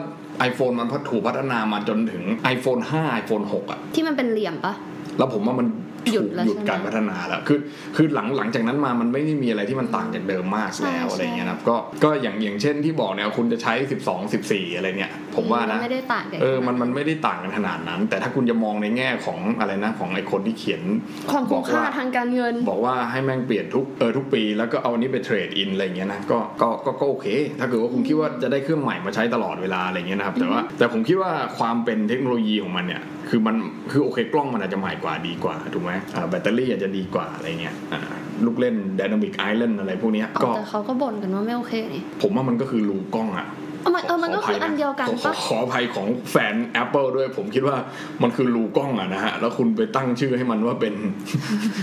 [SPEAKER 1] iPhone มันถูกพัฒนามาจนถึง iPhone 5 iPhone 6อะ
[SPEAKER 2] ที่มันเป็นเหลี่ยมปะ
[SPEAKER 1] แล้วผมว่ามัน
[SPEAKER 2] หยุดแล้ว
[SPEAKER 1] หยุด
[SPEAKER 2] ใช่ไหม
[SPEAKER 1] การพัฒนาแล้ว คือคือหลังหลังจากนั้นมามันไม่ได้มีอะไรที่มันต่างจากเดิมมาก
[SPEAKER 2] ใช่
[SPEAKER 1] แล้ว
[SPEAKER 2] ใช่
[SPEAKER 1] อะไรเงี้ยนะครับก็ก็อย่างอย่างเช่นที่บอกเนี่ยคุณจะใช้ 12 14 อะไรเนี่ย ผมว่านะ
[SPEAKER 2] ไม่ได้ต่างกัน
[SPEAKER 1] เออ มันมันไม่ได้ต่างกันขนาดนั้น แต่ถ้าคุณจะมองในแง่ของอะไรนะของไอ้คนที่เขียน
[SPEAKER 2] ความคุ้มค่าทางการเงิน
[SPEAKER 1] บอกว่าให้แม่งเปลี่ยนทุกเออทุกปี แล้วก็เอาอันนี้ไปเทรดอินอะไรเงี้ยนะก็ก็ก็ก็โอเค ถ้าเกิดว่าคุณคิดว่าจะได้เครื่องใหม่มาใช้ตลอดเวลาอะไรเงี้ยนะครับแต่ว่าแต่ผมคิดว่าความเป็นเทคโนโลยีของมันเนี่ยคือมันคือโอเคกล้องมันอาจจะใหม่กว่าดีกว่าถูกไหมอ่าแบตเตอรี่อาจจะดีกว่าอะไรเงี้ยอ่าลูกเล่น Dynamic Island อะไรพวกเนี้ยก็
[SPEAKER 2] แต่เขาก็บ่นกันว่าไม่โอเคนี่
[SPEAKER 1] ผมว่ามันก็คือรูกล้องอะ
[SPEAKER 2] เอามันเออมันก็คืออันเดียวกัน
[SPEAKER 1] ขอขอ
[SPEAKER 2] ปะ
[SPEAKER 1] ขออภัยของแฟน Apple ด้วยผมคิดว่ามันคือรูกล้องอะนะฮะ แล้วคุณไปตั้งชื่อให้มันว่าเป็น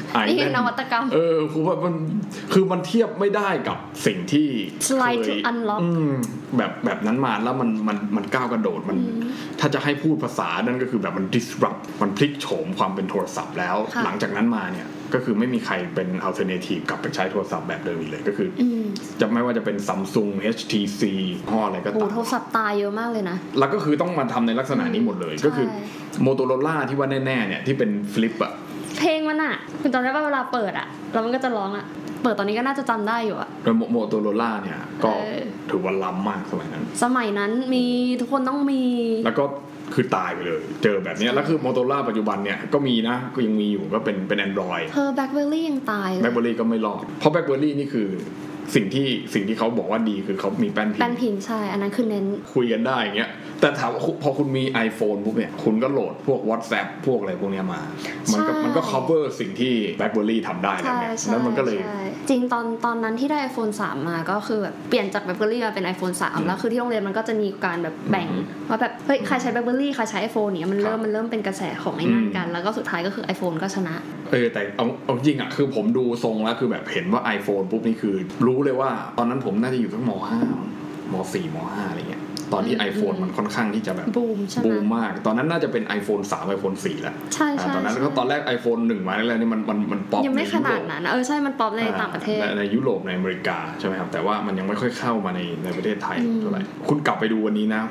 [SPEAKER 2] [LAUGHS]
[SPEAKER 1] ไอ
[SPEAKER 2] นี่
[SPEAKER 1] เล
[SPEAKER 2] คือนวัตกรรม
[SPEAKER 1] เออคือว่ามันคือมันเทียบไม่ได้กับสิ่งที่
[SPEAKER 2] Slide
[SPEAKER 1] เคย
[SPEAKER 2] to unlock
[SPEAKER 1] อืมแบบแบบนั้นมาแล้วมันมันมันก้าวกระโดดมัน ถ้าจะให้พูดภาษานั่นก็คือแบบมัน disrupt มันพลิกโฉมความเป็นโทรศัพท์แล้ว
[SPEAKER 2] ค่ะ
[SPEAKER 1] หลังจากนั้นมาเนี่ยก็คือไม่มีใครเป็น alternative กลับไปใช้โทรศัพท์แบบเดิมอีกเลยก็คืออ
[SPEAKER 2] อืม
[SPEAKER 1] จะไม่ว่าจะเป็น Samsung HTC ห้ออะไรก็
[SPEAKER 2] โห
[SPEAKER 1] ตาม
[SPEAKER 2] โทรศัพท์ตายเยอะมากเลยนะ
[SPEAKER 1] แล้วก็คือต้องมาทำในลักษณะนี้หมดเลย ก็คือ
[SPEAKER 2] ใช่
[SPEAKER 1] โมโตโรล่าที่ว่าแน่ๆเนี่ยที่เป็นฟลิปอะ
[SPEAKER 2] เพลงมันอะคุณจำได้ป่ะเวลาเปิดอะแล้วมันก็จะร้องอะเปิดตอนนี้ก็น่าจะจำได้อยู่อะ
[SPEAKER 1] โมโมโตโรล่าเนี่ยก็
[SPEAKER 2] เออ
[SPEAKER 1] ถือว่าล้ำมากสมัยนั้น
[SPEAKER 2] สมัยนั้นมีทุกคนต้องมี
[SPEAKER 1] แล้วก็ คือตายไปเลย เจอแบบเนี้ยแล้วคือ Motorola ปัจจุบันเนี่ยก็มีนะก็ยังมีอยู่ก็เป็นเป็น Android
[SPEAKER 2] เธอแบล็คเบอร์รี่ยังตายเล
[SPEAKER 1] แบล็
[SPEAKER 2] ย
[SPEAKER 1] คเบอรี่ก็ไม่รอด เพราะแบล็คเบอรี่นี่คือสิ่งที่สิ่งที่เขาบอกว่าดีคือเขามีแป้นพิ
[SPEAKER 2] แป้
[SPEAKER 1] ม
[SPEAKER 2] น
[SPEAKER 1] พ์
[SPEAKER 2] พิมพ์ใช่ อันนั้นคือเน้น
[SPEAKER 1] คุยกันได้อย่างเงี้ยแต่ถามว่าพอคุณมี iPhone ปุ๊บเนี่ยคุณก็โหลดพวก WhatsApp พวกอะไรพวกเนี้ยมา มันก็
[SPEAKER 2] ใช่
[SPEAKER 1] มันก็ cover สิ่งที่แบล็คเบอรี่ทำได้แล้ว
[SPEAKER 2] ใช่
[SPEAKER 1] ไง
[SPEAKER 2] ใช่
[SPEAKER 1] แล้วมันก็เลย
[SPEAKER 2] ใช่จริงตอนตอนนั้นที่ได้ iPhone 3 มาก็คือแบบเปลี่ยนจากแบล็คเบอรี่มาเป็น iPhone
[SPEAKER 1] อืม
[SPEAKER 2] 3 แล้วคือที่โรงเรียนมันก็จะมีการแบบแบ่ง
[SPEAKER 1] อืม
[SPEAKER 2] ว่าแบบเฮ้ยใครใช้แบล็คเบอรี่ใครใช้ iPhone เนี่ยมันเริ่
[SPEAKER 1] ค
[SPEAKER 2] ม
[SPEAKER 1] รับ
[SPEAKER 2] มันเริ่มเป็นกระแสของไอ้นั่น
[SPEAKER 1] อืม
[SPEAKER 2] กัน แล้วก็สุดท้ายก็คือ iPhone ก็ชนะ
[SPEAKER 1] เออแต่เอาเอาจริงอะคือผมดูทรงแล้วคือแบบเห็นว่า iPhone ปุ๊บนี่คือ รู้เลยว่า ตอนนั้นผมน่าจะอยู่ทั้งมห้ามสี่มห้าอะไรเงี้ยตอนที่
[SPEAKER 2] อืม
[SPEAKER 1] iPhone มันค่อนข้างที่จะแบบ
[SPEAKER 2] บูมใช่ไห
[SPEAKER 1] บู
[SPEAKER 2] ม
[SPEAKER 1] มมาก ตอนนั้นน่าจะเป็น iPhone 3 iPhone 4แล้ว
[SPEAKER 2] ใช่
[SPEAKER 1] อ่า
[SPEAKER 2] ใช่
[SPEAKER 1] ตอนนั้น
[SPEAKER 2] ใช่
[SPEAKER 1] ก็ตอนแรก iPhone 1 มาแล้วนี่มันมันมันป๊อป
[SPEAKER 2] ยังไม่ขนาดนั้นเออใช่มันป๊อปในต่างประเทศ
[SPEAKER 1] อ่ในในยุโรปในอเมริกาใช่ไหมครับ แต่ว่ามันยังไม่ค่อยเข้ามาในในประเทศไทย
[SPEAKER 2] อืม
[SPEAKER 1] เท่าไหร่คุณกลับไปดูวันนี้นะ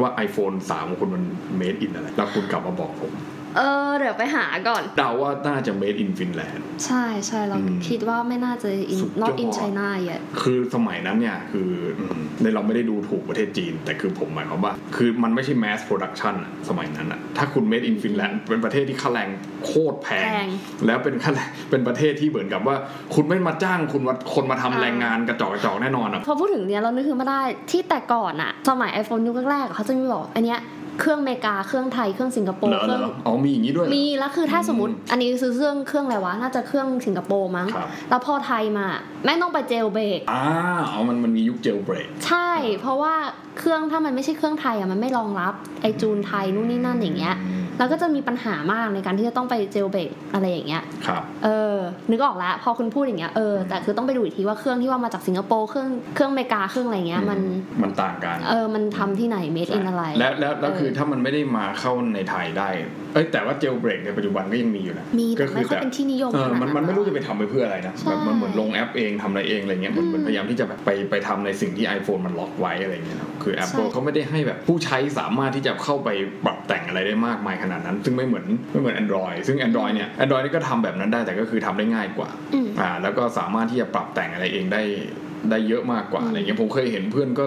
[SPEAKER 1] ว่า iPhone 3ของคุณมัน made in อะไร แล้วคุณกลับมาบอกผม
[SPEAKER 2] เออเดี๋ยวไปหาก่อน
[SPEAKER 1] เดาว่าน่าจะ made in Finland
[SPEAKER 2] ใช่ใช่เรา
[SPEAKER 1] อืม
[SPEAKER 2] คิดว่าไม่น่าจะ in
[SPEAKER 1] สุดยอด
[SPEAKER 2] not in China yet
[SPEAKER 1] คือสมัยนั้นเนี่ย คืออืมในเราไม่ได้ดูถูกประเทศจีน แต่คือผมหมายความว่า คือมันไม่ใช่ mass production อะสมัยนั้นอะถ้าคุณ made in Finland เป็นประเทศที่ค่าแรงโคตรแพง
[SPEAKER 2] แพง
[SPEAKER 1] แล้วเป็นค่าแรงเป็นประเทศที่เหมือนกับว่า คุณไม่มาจ้างคุณว่าคนมาทำ
[SPEAKER 2] อ่า
[SPEAKER 1] แรงงานกระจอกกระจอกแน่นอนอะ
[SPEAKER 2] พอพูดถึงเนี้ยเรานึกถึงมาได้ที่แต่ก่อนอะสมัย iPhone ยุคแรกๆอะเขาจะมีบอกอันเนี้ยเครื่องอเมริกาเครื่องไทยเครื่องสิงคโป
[SPEAKER 1] เหร
[SPEAKER 2] ร์
[SPEAKER 1] อ
[SPEAKER 2] เค
[SPEAKER 1] เหร
[SPEAKER 2] รื่อง
[SPEAKER 1] ออ๋อมีอย่างนี้ด้วยเหรอ
[SPEAKER 2] มีแล้วคือถ้าสมมติ
[SPEAKER 1] อืม
[SPEAKER 2] อันนี้ซื้อเครื่องเครื่องอะไรวะน่าจะเครื่องสิงคโปร์มั้ง
[SPEAKER 1] ครับ
[SPEAKER 2] แล้วพอไทยมาแม่งต้องไปเจลเบรก
[SPEAKER 1] อ่าอ๋อมันมันมียุคเจลเบรก
[SPEAKER 2] ใช่ เพราะว่าเครื่องถ้ามันไม่ใช่เครื่องไทยอะมันไม่รองรับไอจูนไทยนู่นนี่นั่นอย่างเงี้ยแล้วก็จะมีปัญหามากในการที่จะต้องไปเจลเบรกอะไรอย่างเงี้ย
[SPEAKER 1] ครับ
[SPEAKER 2] เออ นึกออกแล้ว พอคุณพูดอย่างเงี้ย เออ แต่คือต้องไปดูอีกทีว่าเครื่องที่ว่ามาจากสิงคโปร์ เครื่อง เครื่องอเมริกา เครื่องอะไรเงี้ย มัน
[SPEAKER 1] มันต่างกัน
[SPEAKER 2] เออ มันทำที่ไหน made in อะไร
[SPEAKER 1] แล้วแล้วแล้ว
[SPEAKER 2] เออ
[SPEAKER 1] คือถ้ามันไม่ได้มาเข้าในไทยได้ เอ้ยแต่ว่าเจลเบรกในปัจจุบันก็ยังมีอยู่นะ
[SPEAKER 2] มีแต่
[SPEAKER 1] ก็คื
[SPEAKER 2] ไม่
[SPEAKER 1] อ
[SPEAKER 2] ค่อย
[SPEAKER 1] แบบ
[SPEAKER 2] เป็นที่นิยม
[SPEAKER 1] เอ
[SPEAKER 2] ข
[SPEAKER 1] อ
[SPEAKER 2] นาด
[SPEAKER 1] มัน
[SPEAKER 2] นั้น
[SPEAKER 1] มันไม่รู้จะไปทำไปเพื่ออะไรนะ
[SPEAKER 2] ใช่
[SPEAKER 1] แบบมันเหมือนลงแอปเองทำอะไรเองอะไรเงี้ยเหมือน
[SPEAKER 2] อืม
[SPEAKER 1] เหมือนพยายามที่จะแบบไปไปทำในสิ่งที่ iPhone มันล็อกไว้อะไรเงี้ยครับคือ Apple
[SPEAKER 2] ใช่
[SPEAKER 1] เขาไม่ได้ให้แบบผู้ใช้สามารถที่จะเข้าไปปรับแต่งอะไรได้มากมายขนาดนั้น ซึ่งไม่เหมือนไม่เหมือน Android ซึ่ง Android เนี่ย Android นี่ก็ทำแบบนั้นได้แต่ก็คือทำได้ง่ายกว่า
[SPEAKER 2] อืม
[SPEAKER 1] อ่าแล้วก็สามารถที่จะปรับแต่งอะไรเองได้ได้เยอะมากกว่า
[SPEAKER 2] อืม
[SPEAKER 1] อะไรเงี้ยผมเคยเห็นเพื่อนก็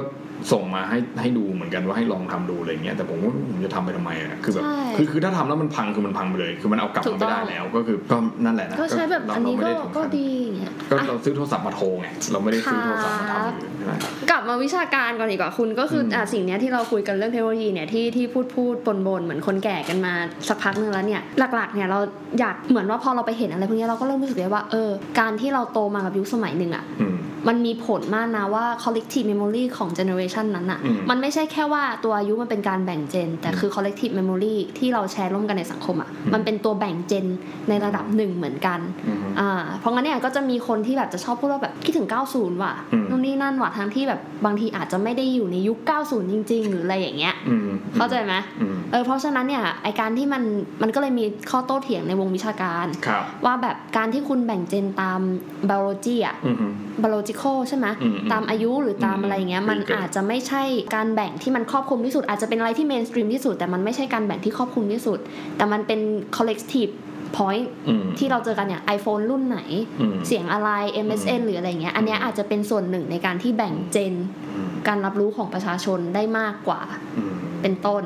[SPEAKER 1] ส่งมาให้ให้ดูเหมือนกันว่าให้ลองทำดูอะไรเงี้ยแต่ผมว่าผมจะทำไปทำไมอะคือแบบ
[SPEAKER 2] ใช่
[SPEAKER 1] คือคือถ้าทำแล้วมันพังคือมันพังไปเลย คือมันเอากลับ
[SPEAKER 2] ถู
[SPEAKER 1] มาก
[SPEAKER 2] ต้
[SPEAKER 1] ไม่
[SPEAKER 2] อง
[SPEAKER 1] ได้แล้ว ก็คือก็นั่นแหละนะ
[SPEAKER 2] ก็ใช้แบบ
[SPEAKER 1] เรา
[SPEAKER 2] อันนี้
[SPEAKER 1] เรา
[SPEAKER 2] ก็
[SPEAKER 1] ไม่ไสำคัญ
[SPEAKER 2] ก็ดีอย่างเงี้ย
[SPEAKER 1] ก็
[SPEAKER 2] อ่ะ
[SPEAKER 1] เราซื้อโทรศัพท์มาโทรไงเราไม่ได้ซื้อโทรศัพท์มาทำ
[SPEAKER 2] ค่ะ
[SPEAKER 1] อยู่ใช่ไหม
[SPEAKER 2] กลับมาวิชาการก่อนดีกว่าคุณก็คืออ
[SPEAKER 1] ม
[SPEAKER 2] อ่ะสิ่งเนี้ยที่เราคุยกันเรื่องเทคโนโลยีเนี่ยที่ที่พูดพูดบนบนๆเหมือนคนแก่กันมาสักพักหนึงแล้วเนี่ยหลักๆเนี่ยเราอยากเหมือนว่าพอเราไปเห็นอะไรพวกเนี้ยเราก็เริ่มรู้สึกได้ว่าเออการที่เราโตมากับยุคสมัยหนึ่งอะ
[SPEAKER 1] อืม
[SPEAKER 2] มันมีผลมากนะว่า collective memory ของ generation นั้นอะ
[SPEAKER 1] อืม
[SPEAKER 2] มันไม่ใช่แค่ว่าตัวอายุมันเป็นการแบ่งเจน แต่คือ collective memory ที่เราแชร์ร่วมกันในสังคมอะ
[SPEAKER 1] อืม
[SPEAKER 2] มันเป็นตัวแบ่งเจนในระดับหนึ่งเหมือนกัน
[SPEAKER 1] อืม
[SPEAKER 2] อ่าเพราะงั้นเนี่ยก็จะมีคนที่แบบจะชอบพูดว่าแบบคิดถึง 90 ว่ะ
[SPEAKER 1] อืม
[SPEAKER 2] นู่นนี่นั่นว่ะทั้งที่แบบบางทีอาจจะไม่ได้อยู่ในยุค 90 จริง ๆ หรืออะไรอย่างเงี้ย
[SPEAKER 1] อืม
[SPEAKER 2] เข้าใจไหม
[SPEAKER 1] อืม
[SPEAKER 2] เออเพราะฉะนั้นเนี่ยไอการที่มันมันก็เลยมีข้อโต้เถียงในวงวิชาการ
[SPEAKER 1] ครับ
[SPEAKER 2] ว่าแบบการที่คุณแบ่งเจนตาม biology อะ
[SPEAKER 1] อืม
[SPEAKER 2] biological ใช่ไหม
[SPEAKER 1] อืมอืม
[SPEAKER 2] ตามอายุหรือตาม
[SPEAKER 1] อืม
[SPEAKER 2] อะไรอย่างเงี้ย
[SPEAKER 1] อืม
[SPEAKER 2] มัน
[SPEAKER 1] เกิด
[SPEAKER 2] อาจจะไม่ใช่การแบ่งที่มันครอบคลุมที่สุด อาจจะเป็นอะไรที่เมนสตรีมที่สุด แต่มันไม่ใช่การแบ่งที่ครอบคลุมที่สุด แต่มันเป็น collective point
[SPEAKER 1] อืม
[SPEAKER 2] ที่เราเจอกันอย่าง iPhone รุ่นไหน
[SPEAKER 1] อืม
[SPEAKER 2] เสียงอะไร MSN หรืออะไรเงี้ยอันเนี้ยอาจจะเป็นส่วนหนึ่งในการที่แบ่งเจน
[SPEAKER 1] อืม
[SPEAKER 2] การรับรู้ของประชาชนได้มากกว่า
[SPEAKER 1] อืม
[SPEAKER 2] เป็นต้น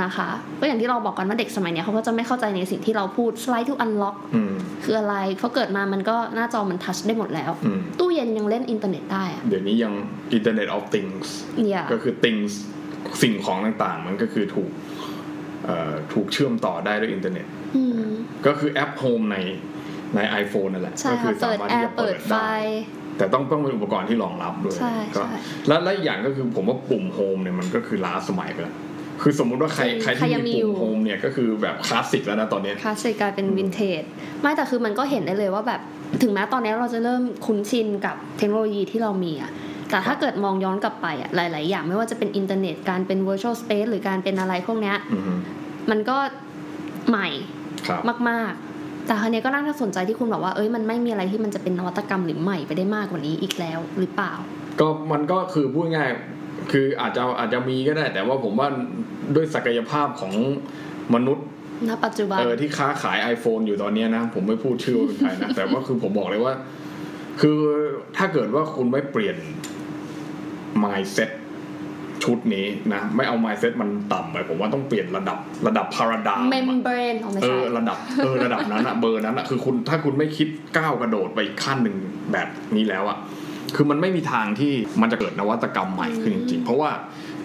[SPEAKER 2] นะคะ ก็อย่างที่เราบอกกันว่าเด็กสมัยเนี้ยเขาก็จะไม่เข้าใจในสิ่งที่เราพูด slide to unlock
[SPEAKER 1] อืม
[SPEAKER 2] คืออะไรเพราะเกิดมามันก็หน้าจอมันทัชได้หมดแล้ว
[SPEAKER 1] อืม
[SPEAKER 2] ตู้เย็นยังเล่นอินเทอร์เน็ตได้อะ
[SPEAKER 1] เดี๋ยวนี้ยัง Internet of Things
[SPEAKER 2] เนี่ย
[SPEAKER 1] ก็คือ things สิ่งของต่างๆ มันก็คือถูกเอ่อถูกเชื่อมต่อได้ด้วยอินเทอร์เน็ต
[SPEAKER 2] อืม
[SPEAKER 1] ก็คือแอป Home ในใน iPhone นั่นแหละ
[SPEAKER 2] ใช่
[SPEAKER 1] ก็
[SPEAKER 2] ค่ะ
[SPEAKER 1] คือ
[SPEAKER 2] เปิ
[SPEAKER 1] สา
[SPEAKER 2] ด
[SPEAKER 1] มารถ
[SPEAKER 2] แอ
[SPEAKER 1] ที่จะ
[SPEAKER 2] ร์เปิดไฟ
[SPEAKER 1] ได้ แต่ต้องต้องเป็นอุปกรณ์ที่รองรับด้วย
[SPEAKER 2] ใช่
[SPEAKER 1] ก็
[SPEAKER 2] ใช่
[SPEAKER 1] และและอีกอย่างก็คือผมว่าปุ่ม Home เนี่ยมันก็คือล้าสมัยไปแล้ว คือสมมุติว่าใคร
[SPEAKER 2] จริง
[SPEAKER 1] ใคร
[SPEAKER 2] ใคร
[SPEAKER 1] ที่
[SPEAKER 2] ยังมี
[SPEAKER 1] มี
[SPEAKER 2] อยู่
[SPEAKER 1] ปุ่ม Home เนี่ยก็คือแบบคลาสสิกแล้วนะตอนเนี้ย
[SPEAKER 2] คลาสสิกกลายเป็น
[SPEAKER 1] อืม
[SPEAKER 2] วินเทจไม่แต่คือมันก็เห็นได้เลยว่าแบบถึงแม้ตอนนี้เราจะเริ่มคุ้นชินกับเทคโนโลยีที่เรามีอะแต่ถ้าเกิดมองย้อนกลับไปอะหลาย ๆ อย่างไม่ว่าจะเป็นอินเทอร์เน็ตการเป็น virtual space หรือการเป็นอะไรพวกเนี้ย
[SPEAKER 1] อือฮึ
[SPEAKER 2] มันก็ใหม่
[SPEAKER 1] ครับ
[SPEAKER 2] มาก ๆ แต่ครั้นี้ก็น่าสนใจที่คุณบอกว่าเอ้ยมันไม่มีอะไรที่มันจะเป็นนวัตกรรมหรือใหม่ไปได้มากกว่านี้อีกแล้วหรือเปล่า
[SPEAKER 1] ก็มันก็คือพูดง่ายๆคืออาจจะอาจจะมีก็ได้ แต่ว่าผมว่าด้วยศักยภาพของมนุษย์
[SPEAKER 2] ณ ปัจจุบัน
[SPEAKER 1] เออที่ค้าขาย iPhone อยู่ตอนเนี้ยนะ ผมไม่พูดชื่อว่าเป็นใคร
[SPEAKER 2] [LAUGHS]
[SPEAKER 1] นะ แต่ว่าคือผมบอกเลยว่า คือถ้าเกิดว่าคุณไม่เปลี่ยน mindset ชุดนี้นะ ไม่เอา mindset มันต่ำไป ผมว่าต้องเปลี่ยนระดับระดับพาราดา
[SPEAKER 2] เมมเบรนของไม่
[SPEAKER 1] เอ
[SPEAKER 2] ใช่
[SPEAKER 1] อระดับเออระดับนั้น
[SPEAKER 2] [LAUGHS]
[SPEAKER 1] อะเบอร์นั้นอะคือคุณถ้าคุณไม่คิดก้าวกระโดดไปอีกขั้นหนึ่งแบบนี้แล้วอะคือมันไม่มีทางที่มันจะเกิดนวัตกรรมใหม่ขึ้นจริงๆ เพราะว่า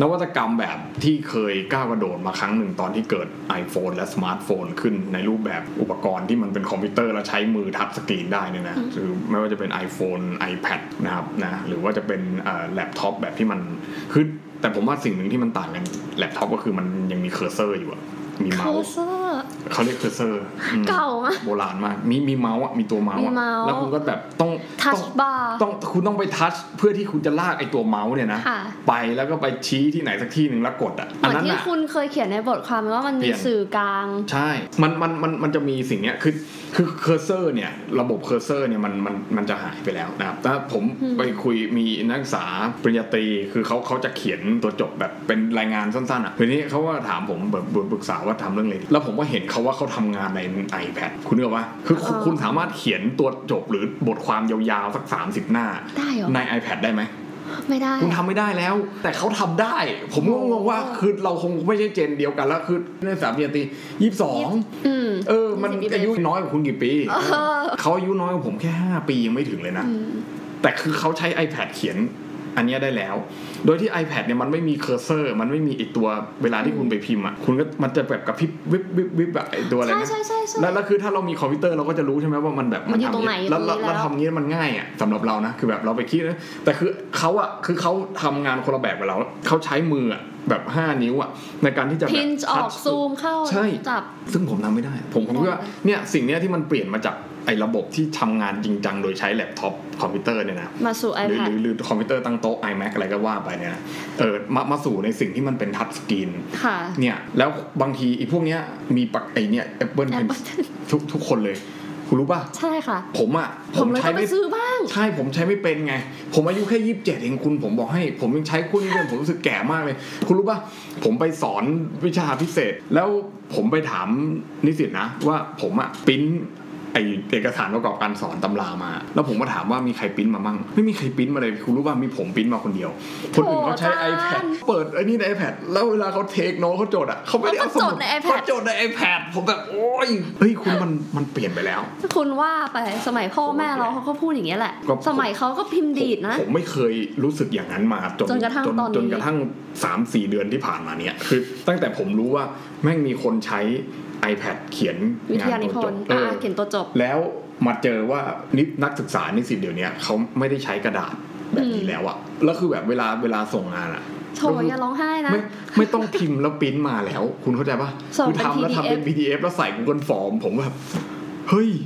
[SPEAKER 1] นวัตกรรมแบบที่เคยก้าวกระโดดมาครั้งหนึ่งตอนที่เกิด iPhone และสมาร์ทโฟนขึ้นในรูปแบบอุปกรณ์ที่มันเป็นคอมพิวเตอร์แล้วใช้มือทัชสกรีนได้เนี่ยนะคือไม่ว่าจะเป็น iPhone iPad นะครับนะหรือว่าจะเป็นแล็ปท็อปแบบที่มันคือแต่ผมว่าสิ่งหนึ่งที่มันต่างกันแล็ปท็อปก็คือมันยังมีเคอร์เซอร์อยู่อะมี
[SPEAKER 2] เค
[SPEAKER 1] เมา
[SPEAKER 2] อ
[SPEAKER 1] ส์
[SPEAKER 2] ร์เซอร์
[SPEAKER 1] เขาเรียกเคอร์เซอร์อืม
[SPEAKER 2] เก่ามาก
[SPEAKER 1] โบราณมาก มีมีเมาส์อ่ะ มีตัวเมาส์
[SPEAKER 2] มี
[SPEAKER 1] อ่ะ
[SPEAKER 2] เมาส์
[SPEAKER 1] แล้วคุณก็แบบต้อง
[SPEAKER 2] ทั
[SPEAKER 1] ต้
[SPEAKER 2] ช
[SPEAKER 1] อง
[SPEAKER 2] บาร์
[SPEAKER 1] ต้องคุณต้องไปทัชเพื่อที่คุณจะลากไอ้ตัวเมาส์เนี่ยนะ
[SPEAKER 2] ค่ะ
[SPEAKER 1] ไปแล้วก็ไปชี้ที่ไหนสักที่หนึ่งแล้วกดอ่ะ
[SPEAKER 2] เห
[SPEAKER 1] อัน
[SPEAKER 2] มือน
[SPEAKER 1] นั้น
[SPEAKER 2] ที่
[SPEAKER 1] อ่ะ
[SPEAKER 2] คุณเคยเขียนในบทความว่ามัน
[SPEAKER 1] เปลี่
[SPEAKER 2] มี
[SPEAKER 1] ยน
[SPEAKER 2] สื่อกลาง
[SPEAKER 1] ใช่ มันมันมันมันจะมีสิ่งเนี้ย คือคือเคอร์เซอร์เนี่ย ระบบเคอร์เซอร์เนี่ยมันมันมันจะหายไปแล้วนะครับถ้าผม
[SPEAKER 2] อืม
[SPEAKER 1] ไปคุยมีนักศึกษาปริญญาตรี คือเขาเขาจะเขียนตัวจบแบบเป็นรายงานสั้นๆอ่ะทีนี้เขาว่าถามผมแบบปรึกษาว่าทำเรื่องอะไรแล้วผมก็เห็นเขาว่าเขาทำงานใน iPad คุณเนกออกปะคือคุณคุณสามารถเขียนตัวจบหรือบทความยาวๆสัก 30 หน้า
[SPEAKER 2] ได้เหรอ
[SPEAKER 1] ใน iPad ได้ไหม
[SPEAKER 2] ไม่ได้
[SPEAKER 1] คุณทำไม่ได้แล้ว แต่เขาทำได้ ผมก็งงว่าคือเราคงไม่ใช่เจนเดียวกันแล้วคือนักศึกษาปริญญาตรียี่สิบสอง
[SPEAKER 2] อืม
[SPEAKER 1] เออ มัน
[SPEAKER 2] 20ปี
[SPEAKER 1] อายุน้อยกว่าคุณกี่ปี เขาอายุน้อยกว่าผมแค่ 5 ปียังไม่ถึงเลยนะ
[SPEAKER 2] อืม
[SPEAKER 1] แต่คือเขาใช้ iPad เขียนอันเนี้ยได้แล้ว โดยที่ iPad เนี่ยมันไม่มีเคอร์เซอร์ มันไม่มีไอตัวเวลาที่คุณไปพิมพ์อ่ะ คุณก็มันจะแบบกระพริบวิบวิบวิบแบบไอตัวอะไร
[SPEAKER 2] ใช่
[SPEAKER 1] นะ
[SPEAKER 2] ใช่ใช่ใช่
[SPEAKER 1] แล้วแล้วคือถ้าเรามีคอมพิวเตอร์เราก็จะรู้ใช่ไหมว่ามันแบบ
[SPEAKER 2] มันอยู่
[SPEAKER 1] ทำ
[SPEAKER 2] ตรงไหน
[SPEAKER 1] แล้ว
[SPEAKER 2] อยู่ตรง
[SPEAKER 1] แล้ว
[SPEAKER 2] นี้แล้ว
[SPEAKER 1] ทำอย่างนี้มันง่ายอ่ะสำหรับเรานะ คือแบบเราไปคิดนะแต่คือเขาอ่ะ คือเขาทำงานคนละแบบกับเรา เขาใช้มืออะแบบห้านิ้วอ่ะในการที่จะแบบ
[SPEAKER 2] พินจ์ออก
[SPEAKER 1] touch
[SPEAKER 2] ซูมเข้า
[SPEAKER 1] ใช่
[SPEAKER 2] จับ
[SPEAKER 1] ซึ่งผมทำไม่ได้ ผมผมคิดว่าเนี่ยสิ่งเนี้ยที่มันเปลี่ยนมาจากไอ้ระบบที่ทำงานจริงจังโดยใช้แล็ปท็อปคอมพิวเตอร์เนี่ยนะ
[SPEAKER 2] มาสู่
[SPEAKER 1] หรือห
[SPEAKER 2] iPad
[SPEAKER 1] รือหรือคอมพิวเตอร์ตั้งโต๊ะ iMac อะไรก็ว่าไปเนี่ยนะเออมามาสู่ในสิ่งที่มันเป็นทัชสกรีน
[SPEAKER 2] ค่ะ
[SPEAKER 1] เนี่ยแล้วบางทีไอ้พวกเนี้ยมีปักไอ้เนี่ย Apple Pencil
[SPEAKER 2] Apple [LAUGHS] Pencil
[SPEAKER 1] ทุกทุกคนเลย คุณรู้ป่ะ
[SPEAKER 2] ใช่ค่ะ
[SPEAKER 1] ผมอ่ะ
[SPEAKER 2] ผมเลย
[SPEAKER 1] ใช้
[SPEAKER 2] ต้องไป
[SPEAKER 1] ไม่
[SPEAKER 2] ซื้อบ้าง
[SPEAKER 1] ใช่ผมใช้ไม่เป็นไง ผมอายุแค่ยี่สิบเจ็ดเองคุณผมบอกให้ ผมยังใช้คู่นี้เลยผมรู้สึกแก่มากเลย คุณรู้ป่ะผมไปสอนวิชาพิเศษ แล้วผมไปถามนิสิตนะ ว่าผมอะปริ้นไอเอกสารประกอบการสอนตำรามา แล้วผมก็ถามว่ามีใครปริ้นมามั่งไม่มีใครปริ้นมาเลยคุณรู้ป่ะมีผมปริ้นมาคนเดียว คนอื่นเขาใช้
[SPEAKER 2] โถ่อาจาร
[SPEAKER 1] iPad
[SPEAKER 2] ย์
[SPEAKER 1] เปิดไอ้นี่ใน iPad แล้วเวลาเขาเทคโนตเขาจดอะเขาไม่ได้เอาสมุ
[SPEAKER 2] เขาจดใน iPad
[SPEAKER 1] เขาจดใน iPad ผมแบบโอ้ยเฮ้ยคุณมันมันเปลี่ยนไปแล้ว
[SPEAKER 2] คุณว่าไปสมัยพ่อแม่เราเขาก็พูดอย่างเงี้ยแหละ
[SPEAKER 1] ก็
[SPEAKER 2] สมัยเขาก็พิมพ์ดีดนะ
[SPEAKER 1] ผมไม่เคยรู้สึกอย่างนั้นมาจน
[SPEAKER 2] จนกระทั่งตอนนี้
[SPEAKER 1] จนกระทั่งสามสี่เดือนที่ผ่านมาเนี่ยคือ ตั้งแต่ผมรู้ว่าแม่งมีคนใช้ iPad เขียน
[SPEAKER 2] วิท
[SPEAKER 1] งาน
[SPEAKER 2] ยานิ
[SPEAKER 1] ตัวจ
[SPEAKER 2] พน
[SPEAKER 1] บ
[SPEAKER 2] ธ์
[SPEAKER 1] เอ
[SPEAKER 2] อ่ะ
[SPEAKER 1] อ
[SPEAKER 2] เขียนตัวจบ
[SPEAKER 1] แล้วมาเจอว่านินักศึกษานิสิตเดี๋ยวเนี้ยเขาไม่ได้ใช้กระดาษแบบนี้แล้วอะแล้วคือแบบเวลาเวลาส่งงานอะ
[SPEAKER 2] โชยอย่าร้องไห้นะ
[SPEAKER 1] ไม่ไม่ต้องพิมพ์แล้วปริ้นมาแล้ว คุณเข้าใจปะ
[SPEAKER 2] ส่ง
[SPEAKER 1] คื
[SPEAKER 2] เป็น
[SPEAKER 1] ทำแล้วทำเป็น
[SPEAKER 2] PDF
[SPEAKER 1] PDF แล้วใส่ Google Form ผมแบบ เฮ้ย
[SPEAKER 2] [LAUGHS]